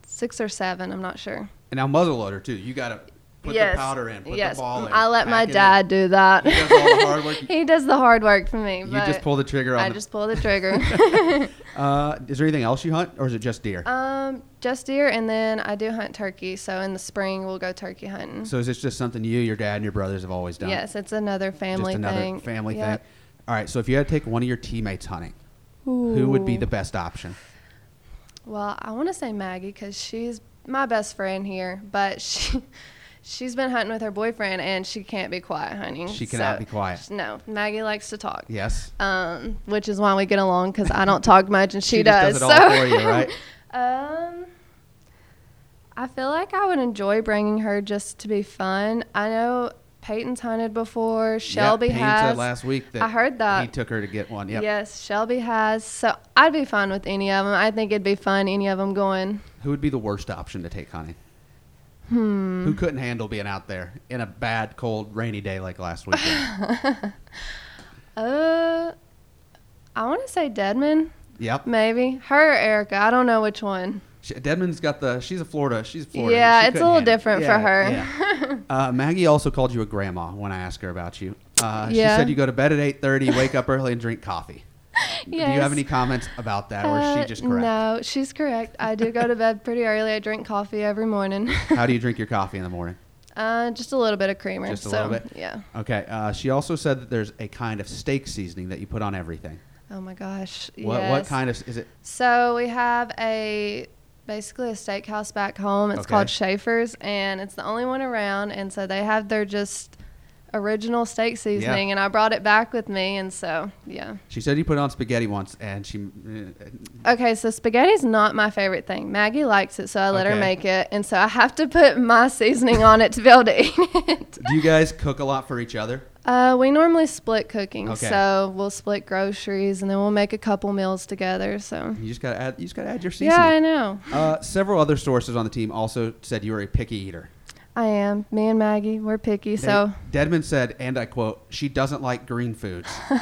six or seven, I'm not sure.
And now muzzleloader too. You gotta put the powder in, put
yes.
the ball in.
I let
pack
my
it in.
dad do that.
He does all the hard work.
He does the hard work for me.
You just pull the trigger on
I
the-
just pull the trigger.
Uh, is there anything else you hunt, or is it just deer?
um, just deer, and then I do hunt turkey. So in the spring, we'll go turkey hunting.
so is this just something you, your dad, and your brothers have always done?
yes, it's another family
just another
thing.
family
Yeah.
thing. All right. So if you had to take one of your teammates hunting, who would be
Ooh.
the best option?
Well, I want to say Maggie because she's my best friend here, but she. She's been hunting with her boyfriend and she can't be quiet, honey.
She cannot be quiet.
No, Maggie likes to talk.
Yes.
Um, which is why we get along because I don't talk much and she,
she just does it all
so-
for you, right?
Um, I feel like I would enjoy bringing her just to be fun. I know Peyton's hunted before. Shelby
yep, Payne
has.
said last week that
I heard that.
he took her to get one. Yep.
Yes, Shelby has. So I'd be fine with any of them. I think it'd be fun any of them going.
Who would be the worst option to take hunting? Hmm. Who couldn't handle being out there in a bad, cold, rainy day like last weekend?
Uh, I want to say Deadman,
yep.
maybe her or Erica. I don't know which one.
She, Deadman's got the. She's a Florida. She's Florida.
Yeah,
She
it's a
couldn't
little
handle it.
different for
her. uh, Maggie also called you a grandma when I asked her about you. Uh, She
Yeah.
said you go to bed at eight thirty, wake up early, and drink coffee. Do you
Yes.
have any comments about that, or is
Uh,
she just correct?
No, she's correct. I do go to bed pretty early. I drink coffee every morning.
How do you drink your coffee in the morning?
Uh, just a little bit of creamer.
Just a
so,
little bit.
Yeah.
Okay. Uh, she also said that there's a kind of steak seasoning that you put on everything.
Oh my gosh.
What what
yes.
kind of is it?
So we have a basically a steakhouse back home. It's
Okay.
called Schaefer's, and it's the only one around. And so they have their just original steak seasoning, and I brought it back with me. And so yeah.
She said you put it on spaghetti once, and she. uh,
Okay, so spaghetti's not my favorite thing. Maggie likes it, so I let
Okay.
her make it, and so I have to put my seasoning on it to be able to eat it.
Do you guys cook a lot for each other?
Uh, we normally split cooking,
Okay.
so we'll split groceries, and then we'll make a couple meals together. So
You just gotta add. You just gotta add your seasoning.
yeah, I know.
Uh, several other sources on the team also said you were a picky eater.
I am. Me and Maggie, we're picky.
They-
So
Deadman said, and I quote, "She doesn't like green foods.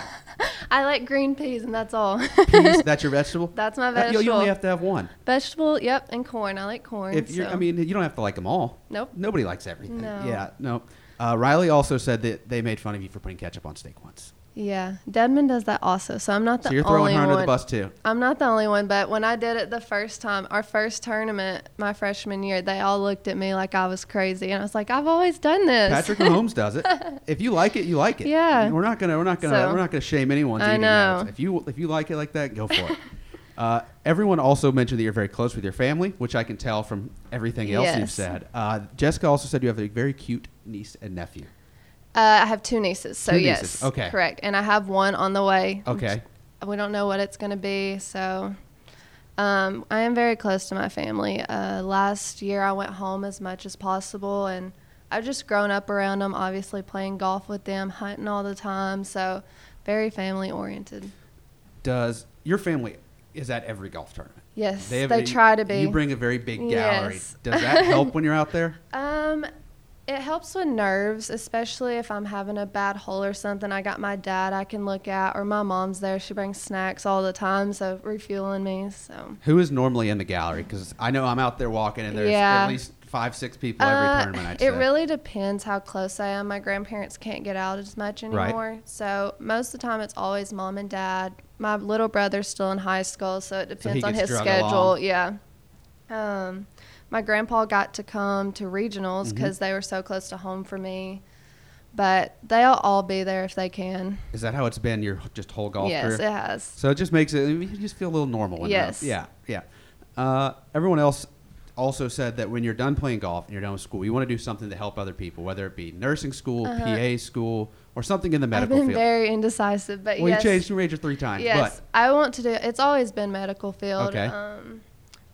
I like green peas, and that's all.
Peas, that's your vegetable.
That's my
That- you- You only
vegetable.
have to have one.
Vegetable, yep, and corn. I like corn.
If you're,
so.
I mean, you don't have to like them all.
Nope.
Nobody likes everything.
No.
Yeah. No. Uh, Riley also said that they made fun of you for putting ketchup on steak once.
yeah, Deadman does that also. So I'm not the
So you're
only
throwing her
one.
under the bus too.
I'm not the only one, but when I did it the first time, our first tournament, my freshman year, they all looked at me like I was crazy, and I was like, I've always done this. Uh,
Patrick Mahomes does it. If you like it, you like it.
Yeah.
We're not gonna we're not gonna
So-
we're not gonna shame anyone's
I
eating
know.
habits. If you if you like it like that, go for it. Uh, everyone also mentioned that you're very close with your family, which I can tell from everything else you've
Yes.
said. Uh, Jessica also said you have a very cute niece and nephew.
Uh, I have two nieces, so
Two
yes,
nieces, okay.
correct, and I have one on the way.
Okay.
we don't know what it's going to be, so um, I am very close to my family. Uh, last year, I went home as much as possible, and I've just grown up around them. Obviously, playing golf with them, hunting all the time, so very family oriented.
Does your family is at every golf tournament?
Yes,
have
they
a-
try to be.
You bring a very big gallery.
Yes.
Does that help when you're out there?
Um, it helps with nerves, especially if I'm having a bad hole or something. I got my dad I can look at, or my mom's there. She brings snacks all the time, so refueling me. So
Who is normally in the gallery? Because I know I'm out there walking, and there's
Yeah.
at least five, six people every
Uh,
tournament. I'd
it
say.
really depends how close I am. My grandparents can't get out as much
Right.
anymore, so most of the time it's always mom and dad. My little brother's still in high school, so it depends on
gets
his
drug
schedule.
along.
Yeah. Um, my grandpa got to come to regionals
Mm-hmm.
because they were so close to home for me. But they'll all be there if they can.
Is that how it's been your just whole golf
yes,
career?
it has.
So it just makes it you just feel a little normal. When you're out.
Yes.
Yeah. Yeah. Uh, everyone else also said that when you're done playing golf and you're done with school, you want to do something to help other people, whether it be nursing school, PA school, or something in the
Uh-huh. I've
medical
been
field.
very indecisive, but
well,
yes,
you changed your major three times,
yes, I want to do. It's always been medical
but
field.
okay.
Um,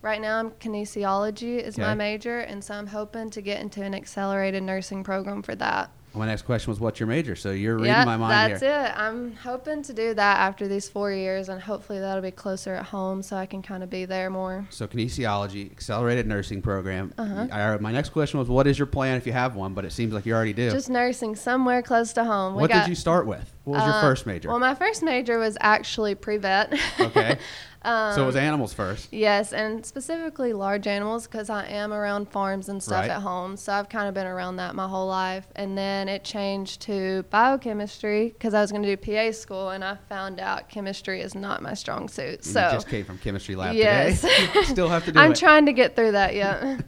Right now, I'm kinesiology is my
Okay.
major, and so I'm hoping to get into an accelerated nursing program for that.
My next question was, what's your major? So you're reading
Yeah,
my mind
that's
here.
it. I'm hoping to do that after these four years, and hopefully that'll be closer at home, so I can kind of be there more.
So kinesiology, accelerated nursing program.
Uh-huh.
I, my next question was, what is your plan if you have one? But it seems like you already do.
Just nursing somewhere close to home. We
what
got-
did you start with? What was your
uh,
first major?
Well, my first major was actually pre vet.
okay. so it
Um,
was animals first.
Yes, and specifically large animals because I am around farms and stuff
Right.
at home. So I've kind of been around that my whole life. And then it changed to biochemistry because I was going to do PA school and I found out chemistry is not my strong suit.
You
So
just came from chemistry lab
Yes.
today. Still have to do
I'm
it.
trying to get through that yet.
All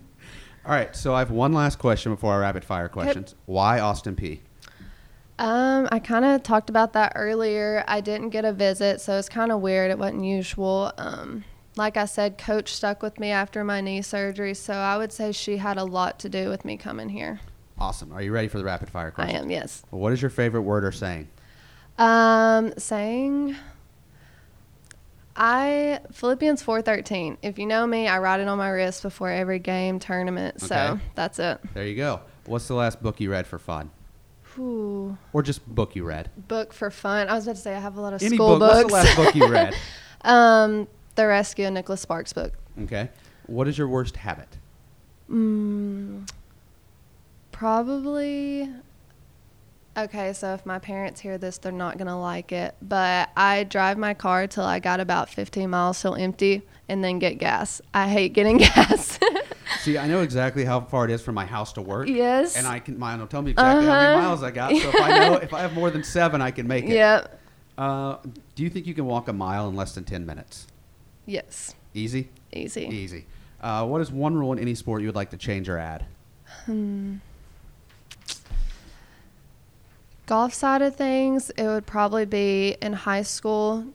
right. So I have one last question before our rapid fire questions. Why Austin P?
Um, I kind of talked about that earlier. I didn't get a visit, so it's kind of weird. It wasn't usual. Um, like I said, coach stuck with me after my knee surgery, so I would say she had a lot to do with me coming here.
Awesome. Are you ready for the rapid fire
I
questions?
am, yes.
What is your favorite word or saying?
Um, saying I Philippians 4:13. If you know me, I write it on my wrist before every game, tournament. So
Okay.
that's it.
There you go. What's the last book you read for fun?
Ooh,
Or just book you read?
book for fun. I was about to say I have a lot of
Any
school
book. What's
books.
the last book you read?
um, The Rescue, a Nicholas Sparks book.
Okay. What is your worst habit?
Mm, probably. Okay, so if my parents hear this, they're not gonna like it. But I drive my car till I got about 15 miles till empty, and then get gas. I hate getting gas.
See, I know exactly how far it is from my house to work.
Yes.
And I can mine will tell me exactly how many
Uh-huh.
miles I got. So if I know if I have more than seven, I can make it.
yep.
Uh, do you think you can walk a mile in less than ten minutes?
Yes.
Easy.
Easy.
Easy. Uh, what is one rule in any sport you would like to change or add?
Golf side of things, it would probably be in high school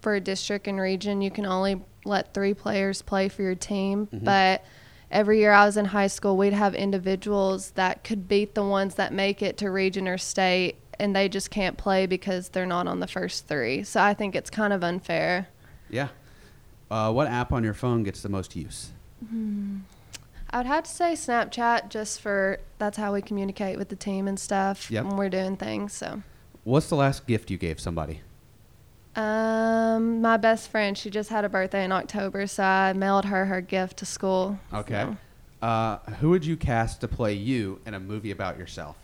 for a district and region, you can only let three players play for your team. But every year I was in high school, we'd have individuals that could beat the ones that make it to region or state, and they just can't play because they're not on the first three. So I think it's kind of unfair.
Yeah. Uh, what app on your phone gets the most use?
I would have to say Snapchat just for that's how we communicate with the team and stuff
Yep.
when we're doing things. So.
What's the last gift you gave somebody?
Um, my best friend, she just had a birthday in October, so I mailed her her gift to school.
Okay. Uh, who would you cast to play you in a movie about yourself?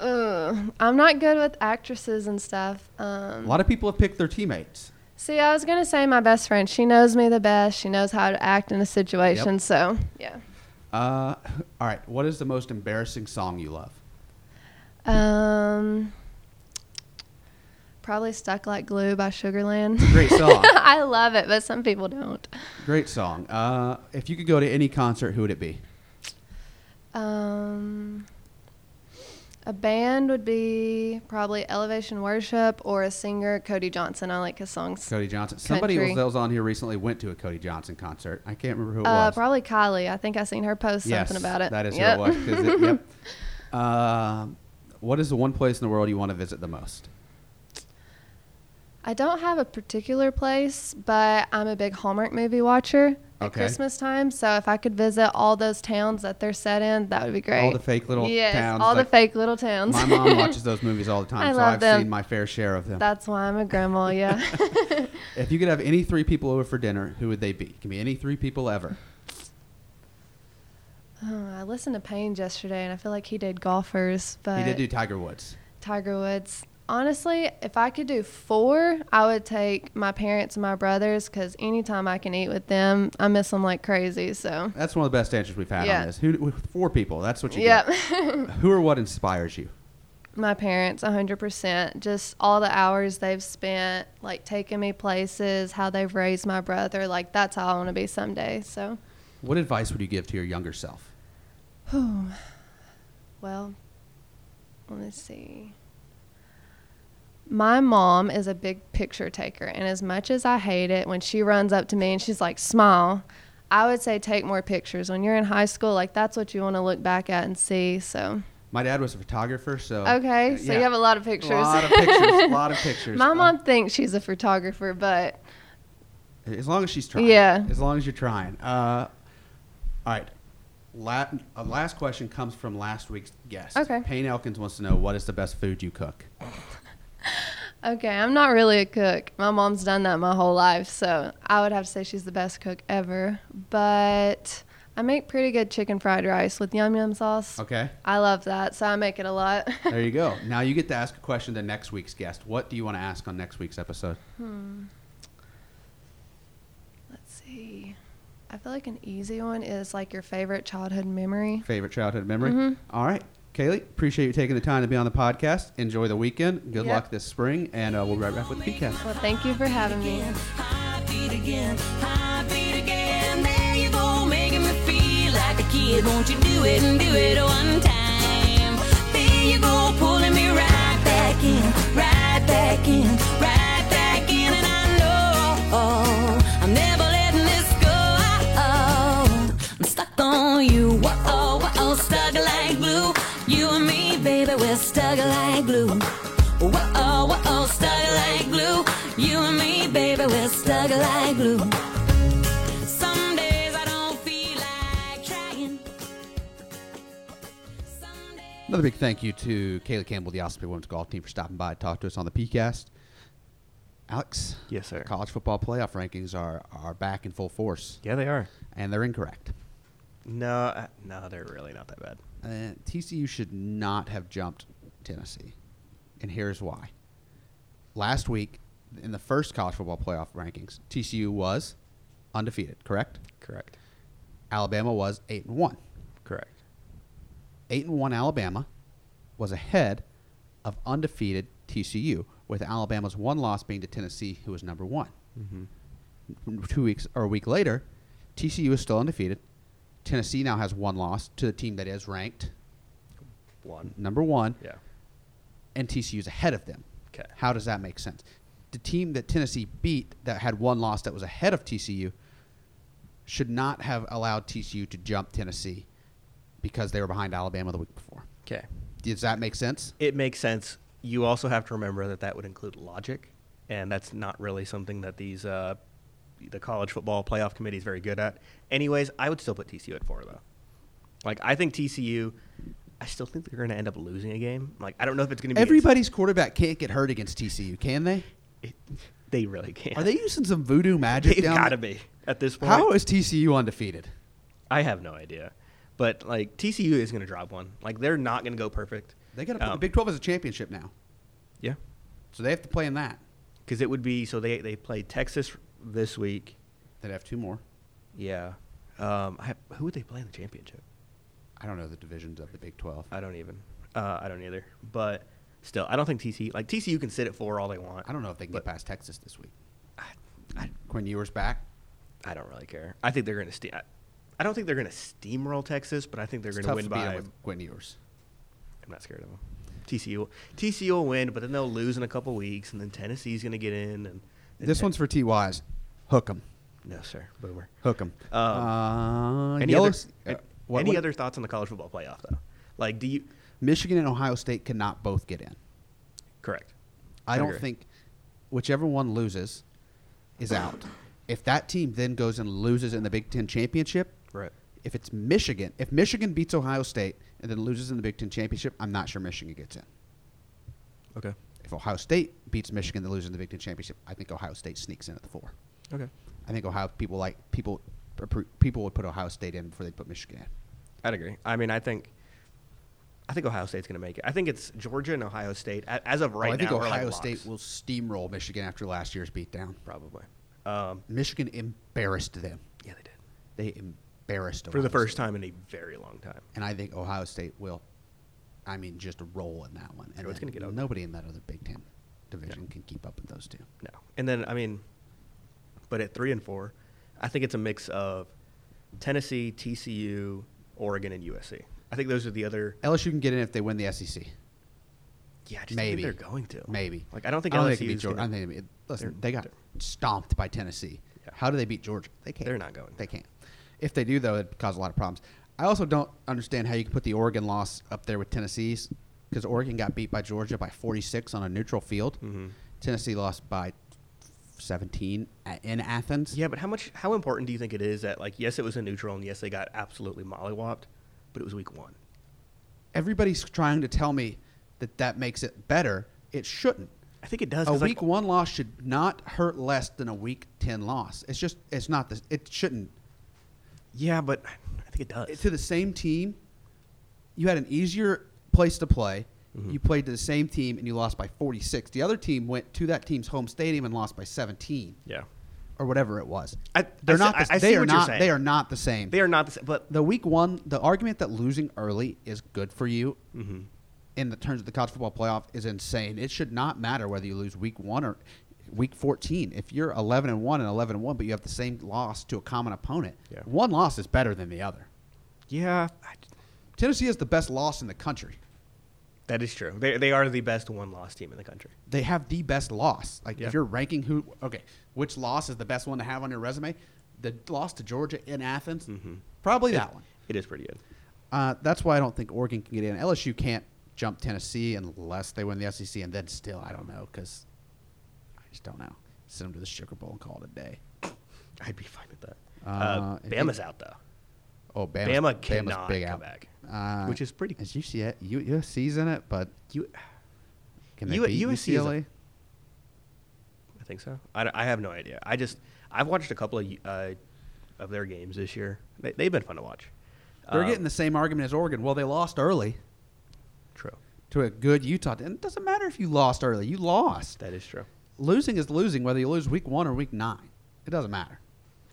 So, ugh, I'm not good with actresses and stuff.
A
Um,
lot of people have picked their teammates.
see, I was gonna say my best friend. She knows me the best. She knows how to act in a situation. So, yeah.
Uh, all right. What is the most embarrassing song you love?
Um, probably "Stuck Like Glue" by Sugarland.
Great song.
I love it, but some people don't.
Great song. Uh, if you could go to any concert, who would it be?
Um, a band would be probably Elevation Worship or a singer, Cody Johnson. I like his songs.
Cody Johnson. Somebody
Country.
was, that was on here recently went to a Cody Johnson concert. I can't remember who it
Uh,
was.
probably Kylie. I think I seen her post
Yes,
something about it.
That is
Yep.
who it was. 'cause it- yep. Um, what is the one place in the world you want to visit the most?
I don't have a particular place, but I'm a big Hallmark movie watcher at
Okay.
Christmas time. So if I could visit all those towns that they're set in, that would be great.
All the fake little
yes,
towns.
all
like-
the fake little towns.
My mom watches those movies all the time,
I
so
love
I've
them.
seen my fair share of them.
That's why I'm a grandma. Yeah.
if you could have any three people over for dinner, who would they be? Can be any three people ever.
Oh, I listened to Payne yesterday, and I feel like he did golfers, but
he did do Tiger Woods.
Tiger Woods. Honestly, if I could do four, I would take my parents and my brothers because anytime I can eat with them, I miss them like crazy. So,
That's one of the best answers we've had
Yeah.
on this. Who, with four people. That's what you
yep,
get. Who or what inspires you?
my parents, 100%. Just all the hours they've spent, like taking me places, how they've raised my brother. Like, that's how I want to be someday. So,
What advice would you give to your younger self?
Well, let me see. My mom is a big picture taker, and as much as I hate it, when she runs up to me and she's like, smile, I would say take more pictures. When you're in high school, like that's what you want to look back at and see. So,
My dad was a photographer, so
okay, so
yeah.
you have a lot of pictures.
lot of pictures. A lot of pictures.
My
Uh,
mom thinks she's a photographer, but
As long as she's trying.
Yeah.
As long as you're trying. Uh, all right. La- a last question comes from last week's guest.
Okay.
Payne Elkins wants to know what is the best food you cook?
Okay, I'm not really a cook. My mom's done that my whole life, so I would have to say she's the best cook ever. But I make pretty good chicken fried rice with yum yum sauce.
Okay.
I love that, so I make it a lot.
There you go. Now you get to ask a question to next week's guest. What do you want to ask on next week's episode?
Let's see. I feel like an easy one is like your favorite childhood memory.
Favorite childhood memory?
Mm-hmm.
All right. Kaylee, appreciate you taking the time to be on the podcast. Enjoy the weekend. Good
Yep.
luck this spring, and uh, we'll be right back with the PCAST.
Well, thank you for having me.
Heartbeat again, heartbeat again. There you go, making me feel like a kid. Won't you do it and do it one time? There you go, pulling me right back in, right back in, right back in. And I know I'm never letting this go. I'm stuck on you. Whoa, whoa, stuck like glue. You and me, baby, we're stuck like glue. Whoa, whoa, stuck like glue. You and me, baby, we're stuck like glue. Some days I don't feel like trying. Some days-
Another big thank you to Kayla Campbell, the Ospey Women's Golf Team, for stopping by to talk to us on the PCAST. Alex?
Yes, sir.
College football playoff rankings are, are back in full force,
Yeah, they are.
and they're incorrect.
No, I, no, they're really not that bad.
Uh, TCU should not have jumped Tennessee, and here's why. Last week, in the first college football playoff rankings, TCU was undefeated, correct?
Correct.
Alabama was 8 and 1.
Correct.
8 and 1 Alabama was ahead of undefeated TCU, with Alabama's one loss being to Tennessee, who was number one. Two weeks or a week later, TCU is still undefeated. Tennessee now has one loss to the team that is ranked
One.
number one,
Yeah.
and TCU's ahead of them.
'Kay.
How does that make sense? The team that Tennessee beat that had one loss that was ahead of TCU should not have allowed TCU to jump Tennessee because they were behind Alabama the week before.
Okay.
Does that make sense?
It makes sense. You also have to remember that that would include logic, and that's not really something that these uh, the college football playoff committee is very good at. Anyways, I would still put TCU at four though. Like I think TCU, I still think they're going to end up losing a game. Like I don't know if it's going to be
Everybody's quarterback can't get hurt against TCU, can they?
It, they really can't.
Are they using some voodoo magic?
They've
down
got to
there?
be at this point.
How is TCU undefeated?
I have no idea, but like TCU is going to drop one. Like they're not going to go perfect.
They got to
Um,
the Big Twelve as a championship now,
Yeah,
so they have to play in that.
because it would be so they they play Texas this week.
They'd have two more.
Yeah. Um, I, who would they play in the championship?
I don't know the divisions of the Big Twelve.
I don't even. Uh, I don't either. But still, I don't think TCU like TCU can sit at four all they want.
I don't know if they can
But-
get past Texas this week.
I, I,
Quinn Ewers back.
I don't really care. I think they're going to steam. I, I don't think they're going to steamroll Texas, but I think they're
It's
going
tough to
to win
beat 'em
by.
with Quinn Ewers.
I'm not scared of them. TCU TCU will win, but then they'll lose in a couple weeks, and then Tennessee's going to get in. And, and
This
Te-
one's for T.Y.'s. Hook 'em.
no sir, boomer.
Hook 'em.
Um,
uh,
Any
yellow-
other,
uh,
an-
what-
any
what-
other thoughts on the college football playoff though? Like, do you
Michigan and Ohio State cannot both get in.
correct?
I don't
agree.
think whichever one loses is out. If that team then goes and loses in the Big Ten championship,
Right.
if it's Michigan, if Michigan beats Ohio State and then loses in the Big Ten championship, I'm not sure Michigan gets in.
Okay.
If Ohio State beats Michigan, then loses in the Big Ten championship, I think Ohio State sneaks in at the four.
Okay.
I think Ohio people like people appro- people would put Ohio State in before they put Michigan in.
I'd agree. I mean, I think, I think Ohio State's going to make it. I think it's Georgia and Ohio State a- as of right
Oh,
now.
I think
are, like,
Ohio
locks,
State will steamroll Michigan after last year's beatdown.
probably. Um,
Michigan embarrassed them.
yeah, they did
They embarrassed
for the
Ohio
first
State.
time in a very long time.
and I think Ohio State will. I mean, just roll in that one. And
Oh, it's
then
gonna get ugly.
nobody in that other Big Ten division can keep up with those two.
No, and then I mean, but at three and four, I think it's a mix of Tennessee, TCU, Oregon, and USC. I think those are the other.
LSU can get in if they win the E SEC.
Yeah, I just
Maybe
think they're going to.
Maybe.
Like I don't think
I don't
LSU
think they can beat
is
Georgia.
gonna-
I think they, it- listen,
They're-
they got
they're-
stomped by Tennessee.
Yeah.
How do they beat Georgia? They can't.
They're not going
They
to.
can't. If they do, though, it'd cause a lot of problems. I also don't understand how you can put the Oregon loss up there with Tennessee's because
Mm-hmm.
Oregon got beat by Georgia by 46 on a neutral field. Tennessee lost by 17 a- in Athens.
Yeah, but how much? How important do you think it is that like yes, it was a neutral and yes, they got absolutely mollywopped, but it was week one.
Everybody's trying to tell me that that makes it better. It shouldn't.
I think it does.
A
'cause, like,
Oh, week one loss should not hurt less than a week 10 loss. It's just, it's not this, it shouldn't.
Yeah, but I think it does.
To the same team, you had an easier place to play.
Mm-hmm.
You played to the same team and you lost by 46. The other team went to that team's home stadium and lost by 17
yeah,
or whatever it was.
I-
They're
I see-
not.
I-
The,
I see
they are
what you're
not.
saying.
They are not the same.
they are not the same. But
the week one. The argument that losing early is good for you,
Mm-hmm.
in the terms of the college football playoff, is insane. It should not matter whether you lose week one or week fourteen. If you're eleven and one and eleven and one, but you have the same loss to a common opponent,
Yeah.
one loss is better than the other.
yeah, I-
Tennessee is the best loss in the country.
that is true. They they are the best one loss team in the country.
They have the best loss. Like
Yeah.
if you're ranking who, okay, which loss is the best one to have on your resume? The loss to Georgia in Athens, probably that one.
Mm-hmm. It is pretty good.
Uh, that's why I don't think Oregon can get in. LSU can't jump Tennessee unless they win the SEC, and then still, I don't know because I just don't know. Send them to the Sugar Bowl and call it a day.
I'd be fine with that. Uh,
Uh, I
Bama's
think-
out though.
Oh, Bama,
Bama cannot come back,
uh,
which is pretty.
Is UCLA, U, USC's in it, but
You,
can they
U-
beat
USC is a-
UCLA?
I think so. I, don't- I have no idea. I just I've watched a couple of uh, of their games this year. They, they've been fun to watch.
They're
Um,
getting the same argument as Oregon. Well, they lost early
true.
to a good Utah. team. And it doesn't matter if you lost early; you lost.
That is true.
losing is losing, whether you lose week one or week nine. It doesn't matter.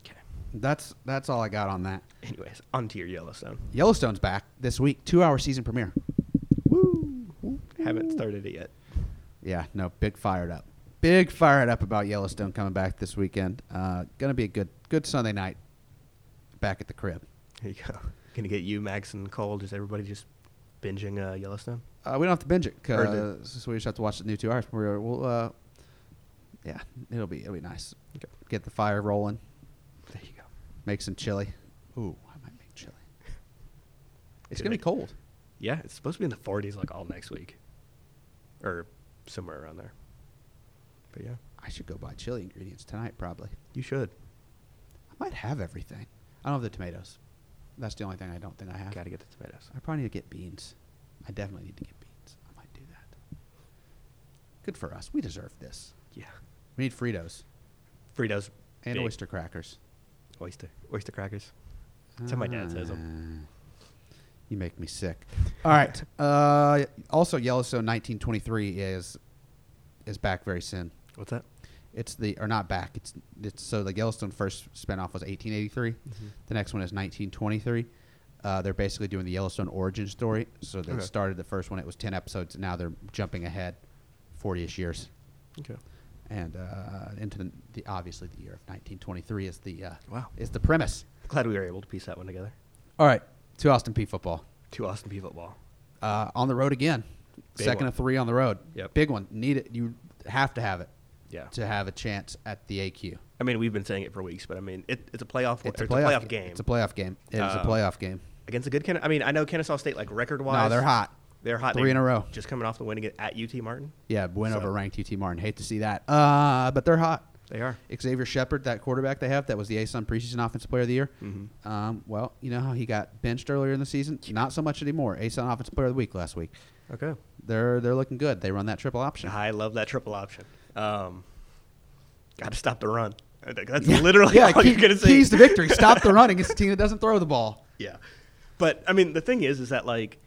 Okay.
That's that's all I got on that.
Anyways, on to your Yellowstone.
Yellowstone's back this week, two hour season premiere.
Woo! Haven't started it yet.
Yeah, no, big fired up, big fired up about Yellowstone coming back this weekend. Uh, gonna be a good good Sunday night back at the crib.
Here you go. Gonna get you, Max, and Cole. Just everybody just binging uh, Yellowstone.
Uh, we don't have to binge it
Or
because we just have to watch the new two hours. We're, we'll, uh, yeah, it'll be it'll be nice.
Okay.
Get the fire rolling,
There you go.
make some chili. Ooh, I might make chili. It's
Good
gonna be
idea.
cold.
Yeah, it's supposed to be in the 40s like all next week, or somewhere around there. But yeah,
I should go buy chili ingredients tonight, probably.
you should.
I might have everything. I don't have the tomatoes. That's the only thing I don't think I have.
Got to get the tomatoes.
I probably need to get beans. I definitely need to get beans. I might do that. Good for us. We deserve this.
Yeah,
We need Fritos
Fritos
and
big.
oyster crackers.
oyster oyster crackers. That's how my dad says 'em.
Ah, You make me sick. All right. Uh, also, Yellowstone 1923 is is back very soon.
What's that?
It's the or not back. It's it's so the Yellowstone first spinoff was 1883.
Mm-hmm.
The next one is 1923. Uh, they're basically doing the Yellowstone origin story. So they
Okay.
started the first one. It was 10 episodes. Now they're jumping ahead 40ish years,
Okay.
and uh, into the, the obviously the year of 1923 is the uh,
Wow.
is the premise.
Glad we were able to piece that one together.
All right, to Austin P football.
To Austin P football.
Uh, on the road again.
Big
Second
one.
of three on the road.
Yep.
Big one. Need it. You have to have it
Yeah.
to have a chance at the AQ.
I mean, we've been saying it for weeks, but I mean, it, it's a playoff. It's, a, playoff, game
It's a playoff game. It is a
Uh,
playoff game.
against a good. Ken- I mean, I know Kennesaw State like record wise.
No, they're hot.
They're hot.
Three
They-
in a row.
Just coming off the win at UT Martin.
Yeah, win
So-
over ranked UT Martin. Hate to see that. Uh, but they're hot.
They are.
Xavier Shepard, that quarterback they have, that was the ASUN preseason offensive player of the year.
Mm-hmm.
Um, well, you know how he got benched earlier in the season? Not so much anymore. ASUN offensive player of the week last week.
Okay.
They're they're looking good. They run that triple option.
I love that triple option. Um, Got to stop the run. I think That's
Yeah.
literally
yeah,
all
key-
you're gonna say.
keys to victory. Stop the run against a team that doesn't throw the ball.
Yeah, but I mean, the thing is, is that like,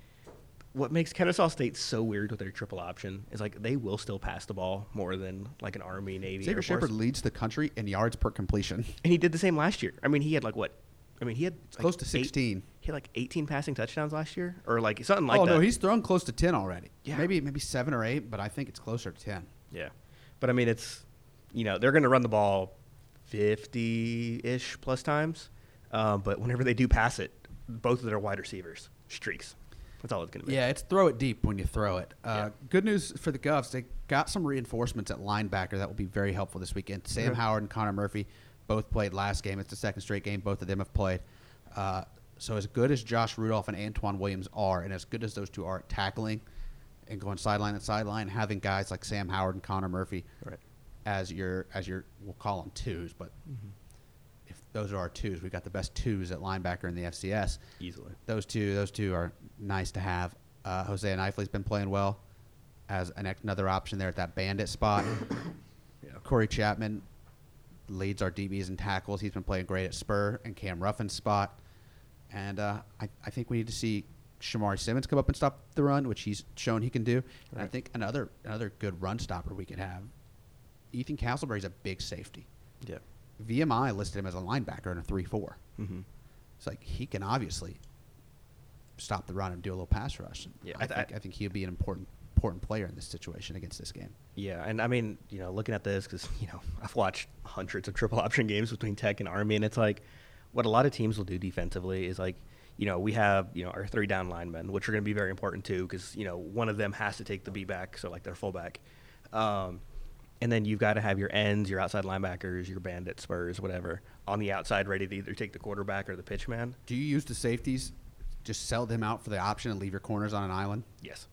what makes Kennesaw State so weird with their triple option is like they will still pass the ball more than like an Army, Navy,
Xavier
Air Force.
Shepard leads the country in yards per completion.
and he did the same last year. I mean, he had like what? I mean, he had like,
close to
eight-
16.
he had like 18 passing touchdowns last year, or like something like
oh
that.
no, he's thrown close to ten already.
Yeah.
Maybe maybe seven or eight, but I think it's closer to ten.
yeah. But I mean, it's you know they're going to run the ball 50-ish plus times, um, but whenever they do pass it, both of their wide receivers streaks. That's all it's going to be.
Yeah, it's throw it deep when you throw it. Uh,
Yeah.
Good news for the Govs. They got some reinforcements at linebacker that will be very helpful this weekend. Sam
Okay.
Howard and Connor Murphy both played last game. It's the second straight game both of them have played. Uh, so as good as Josh Rudolph and Antoine Williams are, and as good as those two are at tackling and going sideline to sideline, having guys like Sam Howard and Connor Murphy
Right.
as your as your we'll call them twos, but
Mm-hmm.
if those are our twos, we've got the best twos at linebacker in the FCS.
easily.
Those two, those two are nice to have. Uh, Jose and Eifley's been playing well as an, ex- another option there at that bandit spot.
Yeah.
Corey Chapman leads our DBs and tackles. He's been playing great at Spur and Cam Ruffin's spot. And uh, I, I think we need to see Shamari Simmons come up and stop the run, which he's shown he can do. And I
Right.
think another another good run stopper we could have. Ethan Castleberry's a big safety.
Yeah.
VMI listed him as a linebacker in a three four.
Mm-hmm.
It's like he can obviously stop the run and do a little pass rush. And
Yeah,
I,
I th-
think, I think he'd be an important important player in this situation against this game.
Yeah, and I mean, you know, looking at this because you know I've watched hundreds of triple option games between Tech and Army, and it's like what a lot of teams will do defensively is like you know we have you know our three down linemen, which are going to be very important too because you know one of them has to take the B back, so like their fullback, um, and then you've got to have your ends, your outside linebackers, your bandit spurs, whatever on the outside ready to either take the quarterback or the pitch man.
Do you use the safeties? Just sell them out for the option and leave your corners on an island.
Yes,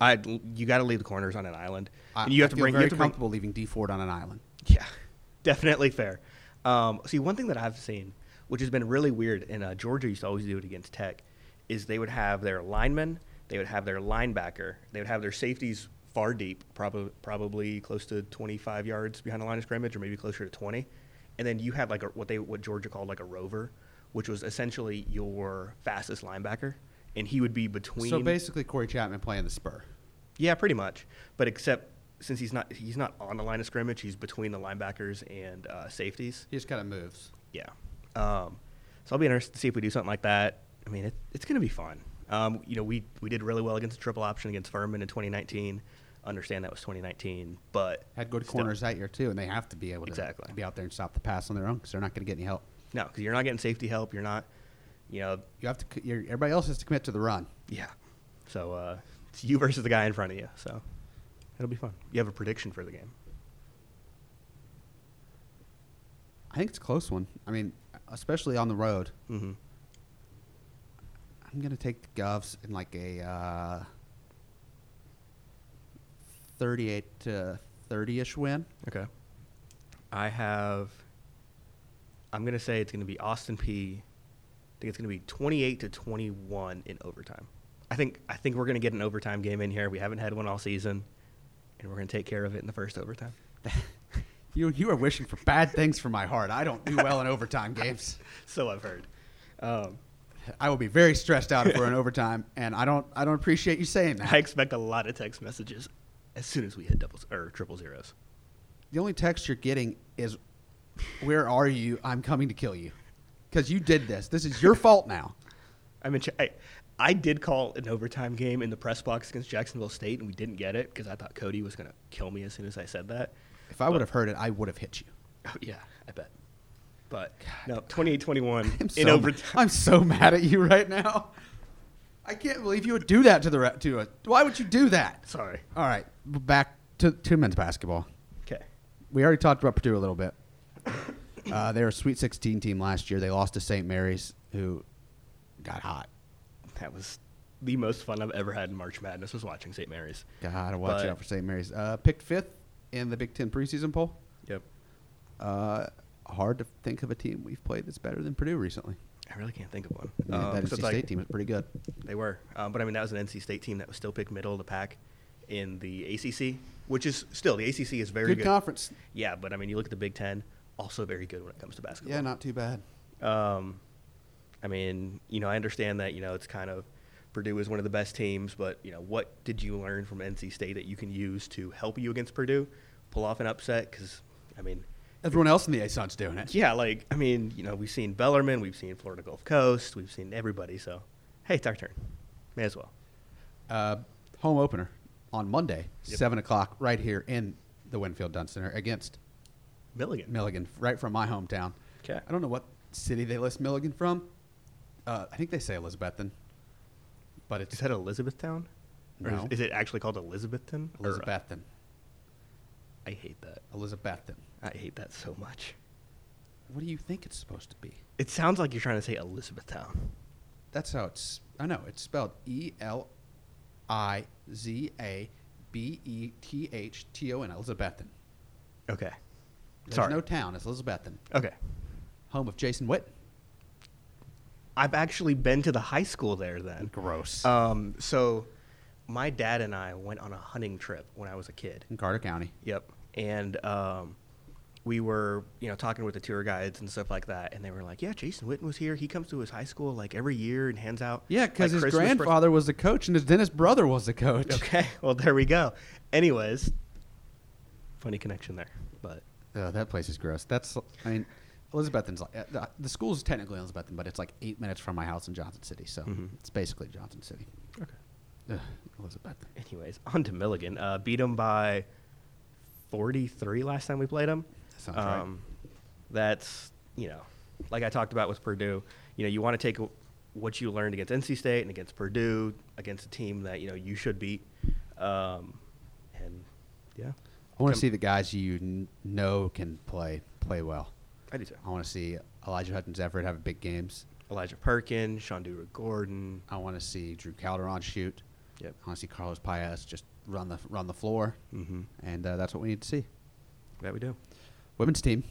I you got to leave the corners on an island,
I,
and you
I
have to
feel
bring you
very
have to bring
comfortable leaving D Ford on an island.
Yeah, definitely fair. Um, see, one thing that I've seen, which has been really weird, and uh, Georgia used to always do it against Tech, is they would have their linemen, they would have their linebacker, they would have their safeties far deep, probably probably close to 25 yards behind the line of scrimmage, or maybe closer to 20, and then you had like a, what they what Georgia called like a rover, which was essentially your fastest linebacker, and he would be between.
So basically, Corey Chapman playing the spur.
Yeah, pretty much. But except since he's not he's not on the line of scrimmage, he's between the linebackers and uh, safeties.
He just kind of moves.
Yeah. Um, so I'll be interested to see if we do something like that. I mean, it, it's going to be fun. Um, you know, we we did really well against the triple option against Furman in 2019. Understand that was 2019, but
Had good
still-
corners that year too, and they have to be able to,
Exactly.
to be out there and stop the pass on their own because they're not going to get any help.
No, because you're not getting safety help. You're not, you know,
You have to. c- You're, everybody else has to commit to the run.
yeah. So uh, it's you versus the guy in front of you. So it'll be fun. You have a prediction for the game.
I think it's a close one. I mean, especially on the road.
Mm-hmm.
I'm gonna take the Govs in like a uh, 38 to 30ish win.
Okay. I have. I'm gonna say it's gonna be Austin P. I think it's gonna be 28 to 21 in overtime. I think I think we're gonna get an overtime game in here. We haven't had one all season, and we're gonna take care of it in the first overtime.
You you are wishing for bad things for my heart. I don't do well in overtime games.
So I've heard. Um,
I will be very stressed out if we're in overtime, and I don't I don't appreciate you saying that.
I expect a lot of text messages as soon as we hit doubles or triple zeros.
the only text you're getting is, "Where are you? I'm coming to kill you," because you did this. This is your fault now.
I mean, I, I did call an overtime game in the press box against Jacksonville State, and we didn't get it because I thought Cody was gonna kill me as soon as I said that.
If I would have heard it, I would have hit you.
Oh yeah, I bet. But no, 28-21
I'm
in
so,
overtime.
I'm so mad at you right now. I can't believe you would do that to the re- to a, Why would you do that?
Sorry.
All right, back to to men's basketball.
Okay.
We already talked about Purdue a little bit. Uh, they were a Sweet 16 team last year. They lost to St. Mary's, who got hot.
That was the most fun I've ever had in March Madness was watching St. Mary's.
God, watch
But-
out for St. Mary's. Uh, picked fifth in the Big Ten preseason poll.
Yep.
Uh, hard to think of a team we've played that's better than Purdue recently.
I really can't think of one.
I mean, that
Um, so
NC
it's
State
like-
team is pretty good.
They were. Um, but I mean, that was an NC State team that was still picked middle of the pack in the ACC, which is still, the ACC is very
Good
good.
conference.
Yeah, but I mean, you look at the Big Ten, also very good when it comes to basketball.
Yeah, not too bad.
Um, I mean, you know, I understand that, you know, it's kind of Purdue is one of the best teams, but, you know, what did you learn from NC State that you can use to help you against Purdue, pull off an upset? Because, I mean,
Everyone else in the ASUN's doing it.
yeah, like, I mean, you know, we've seen Bellarmine, we've seen Florida Gulf Coast, we've seen everybody. So, hey, it's our turn. May as well.
uh, home opener on Monday,
Yep.
seven o'clock, right here in the Winfield Dunn Center against
Milligan.
Milligan, right from my hometown.
'Kay.
I don't know what city they list Milligan from. Uh, I think they say Elizabethton, but
Is
it's
that Elizabethtown? Or
No.
is, is it actually called Elizabethton? Or-
Elizabethton.
I hate that.
Elizabethton.
I hate that so much.
What do you think it's supposed to be?
It sounds like you're trying to say Elizabethtown.
That's how it's. I know it's spelled E L I Z A B E T H T O N. Elizabethton.
Okay.
There's
Sorry.
no town. It's Elizabethan,
okay.
home of Jason Witt.
I've actually been to the high school there then.
Gross.
Um, so my dad and I went on a hunting trip when I was a kid.
in Carter County.
Yep. And um, we were, you know, talking with the tour guides and stuff like that, and they were like, "Yeah, Jason Witten was here. He comes to his high school like every year and hands out."
Yeah, because
like,
his
Christmas presents."
grandfather was the coach and his then his brother was the coach.
Okay. Well, there we go. Anyways, funny connection there, but
Uh, that place is gross. That's I mean, Elizabethan's like uh, the, the school's technically Elizabethan, but it's like eight minutes from my house in Johnson City, so it's basically Johnson City.
okay.
Ugh, Elizabethan.
Anyways, on to Milligan. Uh, beat him by 43 last time we played him.
That sounds right.
That's, you know, like I talked about with Purdue, you know, you want to take what you learned against NC State and against Purdue, against a team that, you know, you should beat. Um, and yeah,
I want
Come-
to see the guys you kn- know can play play well.
I do too.
I want to see Elijah Hutton's effort have big games.
Elijah Perkins, Shandura Gordon.
I want to see Drew Calderon shoot.
Yep.
I want to see Carlos Paez just run the run the floor,
Mhm.
and uh, that's what we need to see.
That we do.
Women's team,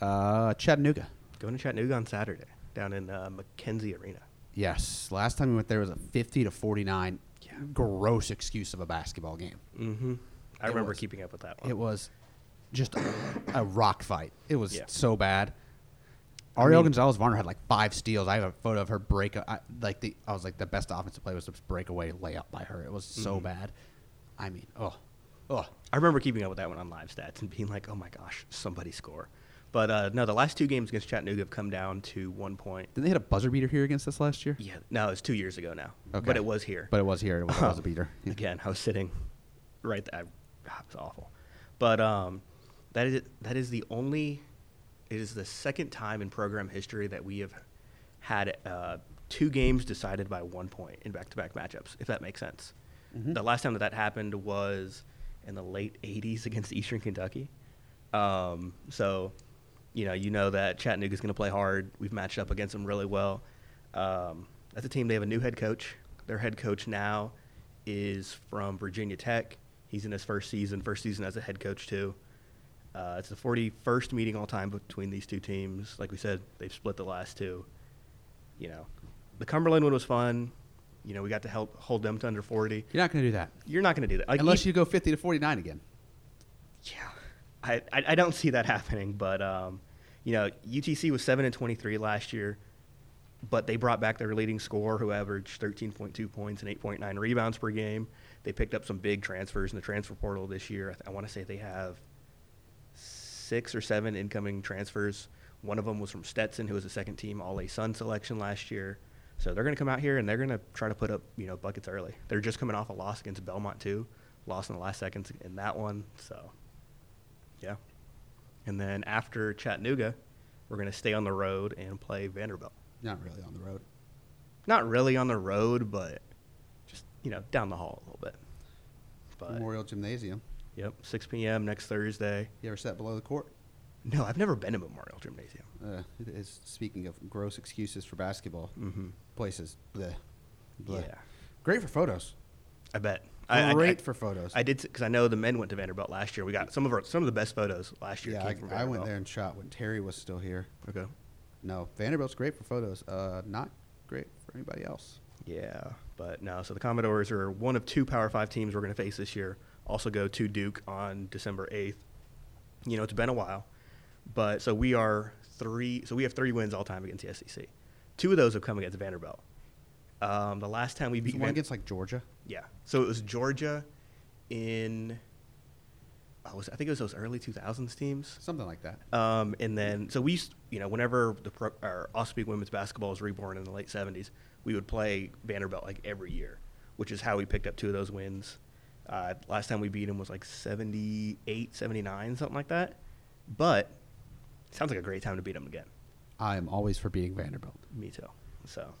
uh, Chattanooga.
Going to Chattanooga on Saturday down in uh, McKenzie Arena.
Yes, last time we went there was a fifty to forty nine.
Yeah.
Gross excuse of a basketball game.
Mm-hmm. I
It
remember
was-
keeping up with that one.
It was just a, a rock fight. It was
Yeah.
so bad. Ariel
mean-
Gonzalez Varner had like five steals. I have a photo of her break. I, like the, I was like the best offensive play was a breakaway layup by her. It was so
Mm-hmm.
bad. I mean, oh, oh,
I remember keeping up with that one on live stats and being like, oh my gosh, somebody score. But uh, no, the last two games against Chattanooga have come down to one point.
Didn't they hit a buzzer beater here against us last year?
Yeah, no, it's two years ago now.
Okay.
But it was here. Oh.
But it was here. It was a buzzer beater. Yeah.
Again, I was sitting right there. I, it was awful. But um, that is that is the only, it is the second time in program history that we have had uh, two games decided by one point in back-to-back matchups, if that makes sense. The last time that that happened was in the late 80s against Eastern Kentucky. Um, so, you know, you know that Chattanooga's going to play hard. We've matched up against them really well. Um, as a team, they have a new head coach. Their head coach now is from Virginia Tech. He's in his first season, first season as a head coach too. Uh, it's the 41st meeting all time between these two teams. Like we said, they've split the last two. You know, the Cumberland one was fun. You know, we got to help hold them to under 40.
You're not going to do that
You're not going to do that Like,
unless
e-
you go 50 to 49 again.
yeah, I, I, I don't see that happening. But um, you know, UTC was seven and twenty three last year, but they brought back their leading scorer who averaged thirteen point two points and eight point nine rebounds per game. They picked up some big transfers in the transfer portal this year. I, th- I want to say they have six or seven incoming transfers. One of them was from Stetson, who was a second team All A Sun selection last year. So they're going to come out here and they're going to try to put up you know buckets early. They're just coming off a loss against Belmont too, lost in the last seconds in that one. So yeah. And then after Chattanooga, we're going to stay on the road and play Vanderbilt.
Not really on the road.
Not really on the road, but just, you know, down the hall a little bit. But,
Memorial Gymnasium.
yep, 6 p.m. next Thursday.
You ever sat below the court?
No, I've never been to Memorial Gymnasium.
Uh, it is, speaking of gross excuses for basketball
Mhm.
places, bleh, bleh.
Yeah.
great for photos.
I bet. I- I,
Great
I,
for photos.
I did because I know the men went to Vanderbilt last year. We got some of our some of the best photos last year.
yeah,
came
I, I
from
went
Vanderbilt.
there and shot when Terry was still here.
Okay.
No, Vanderbilt's great for photos. Uh, not great for anybody else.
Yeah, but no. So the Commodores are one of two Power Five teams we're going to face this year. Also go to Duke on December eighth. You know, it's been a while, but so we are three. So we have three wins all time against the SEC. Two of those have come against Vanderbilt. Um, the last time we
The
beat
one
Van-
against like Georgia.
yeah, so it was Georgia in. I was I think it was those early two thousands teams.
Something like that.
Um, and then, so we, used- you know, whenever the pro, our Ospey women's basketball was reborn in the late 70s, we would play Vanderbilt like every year, which is how we picked up two of those wins. Uh, last time we beat them was like 78, 79, something like that. But sounds like a great time to beat them again.
I am always for being Vanderbilt.
Me too. So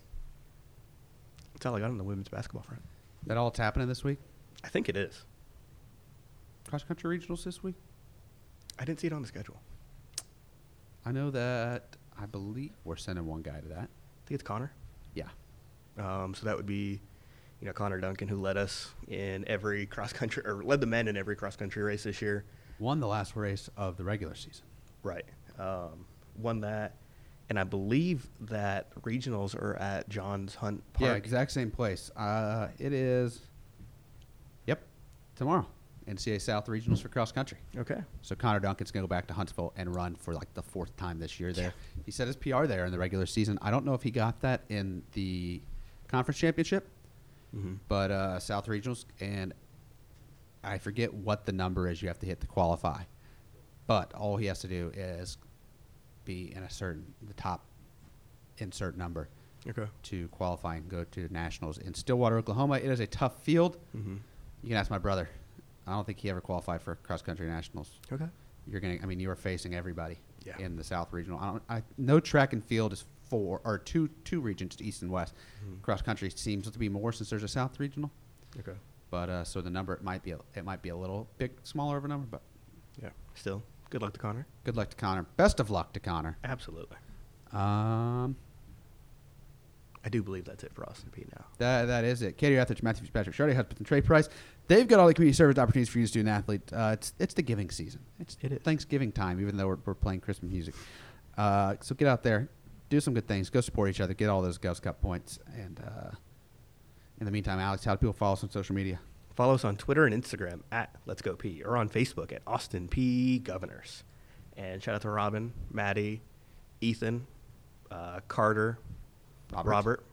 that's all I got on the women's basketball front.
That all that's happening this week?
I think it is.
Cross country regionals this week?
I didn't see it on the schedule.
I know that. I believe we're sending one guy to that.
I think it's Connor.
Yeah.
Um, so that would be, you know, Connor Duncan, who led us in every cross country or led the men in every cross country race this year.
Won the last race of the regular season.
Right. Um, won that. And I believe that regionals are at Johns Hunt Park.
Yeah, exact same place. Uh, it is. Yep, tomorrow. NCAA South Regionals for cross country.
Okay.
So Connor Duncan's gonna go back to Huntsville and run for like the fourth time this year. There, he set his PR there in the regular season. I don't know if he got that in the conference championship, but uh, South Regionals and I forget what the number is you have to hit to qualify. But all he has to do is be in a certain the top insert number
Okay.
to qualify and go to nationals in Stillwater, Oklahoma. It is a tough field. You can ask my brother. I don't think he ever qualified for cross country nationals.
Okay.
You're gonna. I mean, you are facing everybody
Yeah.
in the South Regional. I don't. I no track and field is four or two two regions, East and West. Cross country seems to be more since there's a South Regional.
Okay.
But uh, so the number it might be a, it might be a little bit smaller of a number. But
Yeah. Still, good luck to Connor.
good luck to Connor. Best of luck to Connor.
Absolutely.
Um,
I do believe that's it for Austin P now. That
That, that is it. Katie Etheridge, Matthew Fitzpatrick, Shorty Husband, and Trey Price. They've got all the community service opportunities for you as a student athlete. Uh, it's it's the giving season. It's
It is.
Thanksgiving time, even though we're, we're playing Christmas music. Uh, so get out there, do some good things, go support each other, get all those Girls Cup points. And uh, in the meantime, Alex, how do people follow us on social media?
Follow us on Twitter and Instagram at Let's Go P or on Facebook at Austin P Governors. And shout out to Robin, Maddie, Ethan, uh, Carter,
Robert.
Robert.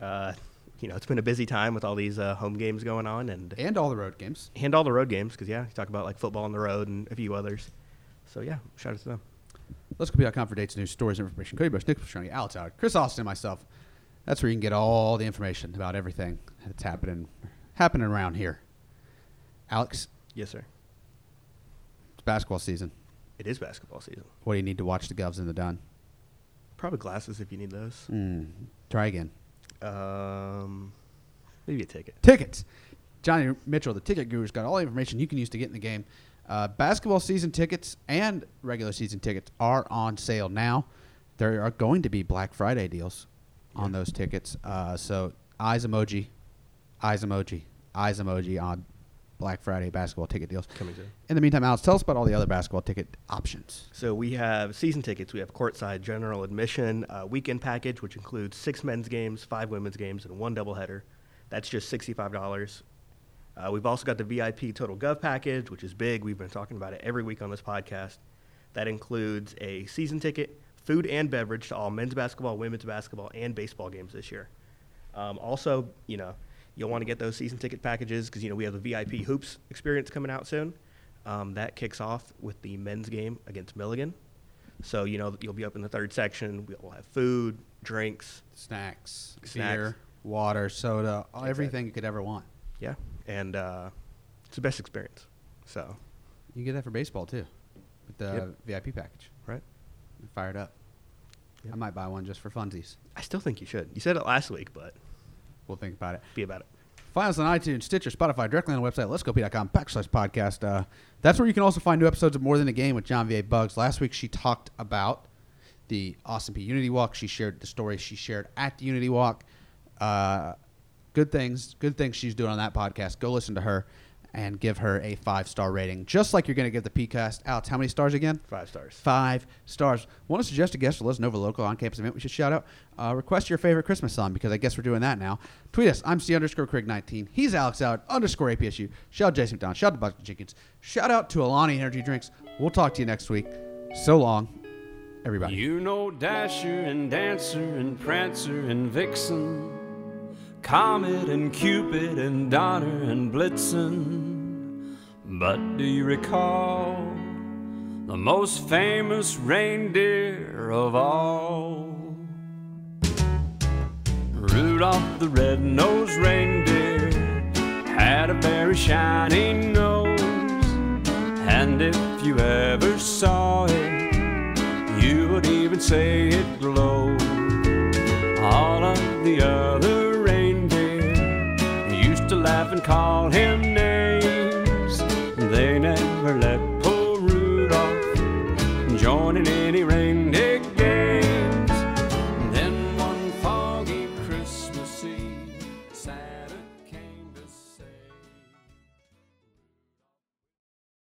Uh, you know, it's been a busy time with all these uh, home games going on and
And all the road games.
and all the road games because yeah, you talk about like football on the road and a few others. So yeah, shout out to them.
Let's go be.com for dates, news, stories, and information. Cody Bush, Nick Pastrani, Alex Howard, Chris Austin, and myself. That's where you can get all the information about everything that's happening happening around here. Alex,
Yes, sir.
It's basketball season.
It is basketball season.
What do you need to watch the Govs and the Dun?
Probably glasses if you need those.
Mm, try again.
Um, maybe a ticket.
Tickets. Johnny Mitchell, the ticket guru's got all the information you can use to get in the game. Uh, basketball season tickets and regular season tickets are on sale now. There are going to be Black Friday deals on those tickets. Uh, so eyes emoji, eyes emoji, eyes emoji on Black Friday basketball ticket deals.
Coming soon.
In the meantime, Alex, tell us about all the other basketball ticket options.
So we have season tickets. We have courtside general admission, uh, weekend package, which includes six men's games, five women's games, and one doubleheader. That's just sixty-five dollars. Uh, we've also got the VIP Total Gov package, which is big. We've been talking about it every week on this podcast. That includes a season ticket, food and beverage to all men's basketball, women's basketball, and baseball games this year. Um, also, you know, you'll want to get those season ticket packages because you know we have the VIP hoops experience coming out soon. Um, that kicks off with the men's game against Milligan. So you know you'll be up in the third section. We'll have food, drinks,
Snacks,
Snacks.
beer, water, soda, everything
Exactly.
you could ever want.
yeah, and uh, it's the best experience. So
You get that for baseball too, with the VIP package.
right,
I'm fired up.
Yep.
I might buy one just for funsies.
I still think you should. You said it last week, but
We'll think about it.
be about it.
Find us on iTunes, Stitcher, Spotify, directly on the website, letsgop.com backslash podcast. Uh, that's where you can also find new episodes of More Than a Game with John V.A. Bugs. Last week, she talked about the Austin P Unity Walk. She shared the story she shared at the Unity Walk. Uh, good things, good things she's doing on that podcast. Go listen to her and give her a five star rating, just like you're going to give the PCast. Alex, how many stars again?
Five stars.
five stars. Want to suggest a guest or let us know of a local on-campus event we should shout out? Uh, request your favorite Christmas song because I guess we're doing that now. Tweet us. I'm C underscore Craig 19. He's Alex Out underscore APSU. Shout out Jason McDonald. Shout out to Buster Jenkins. Shout out to Alani Energy Drinks. We'll talk to you next week. So long, everybody.
You know Dasher and Dancer and Prancer and Vixen, Comet and Cupid and Donner and Blitzen. But do you recall the most famous reindeer of all? Rudolph the red-nosed reindeer had a very shiny nose, and if you ever saw it, you would even say it glowed. All of the other reindeer used to laugh and call him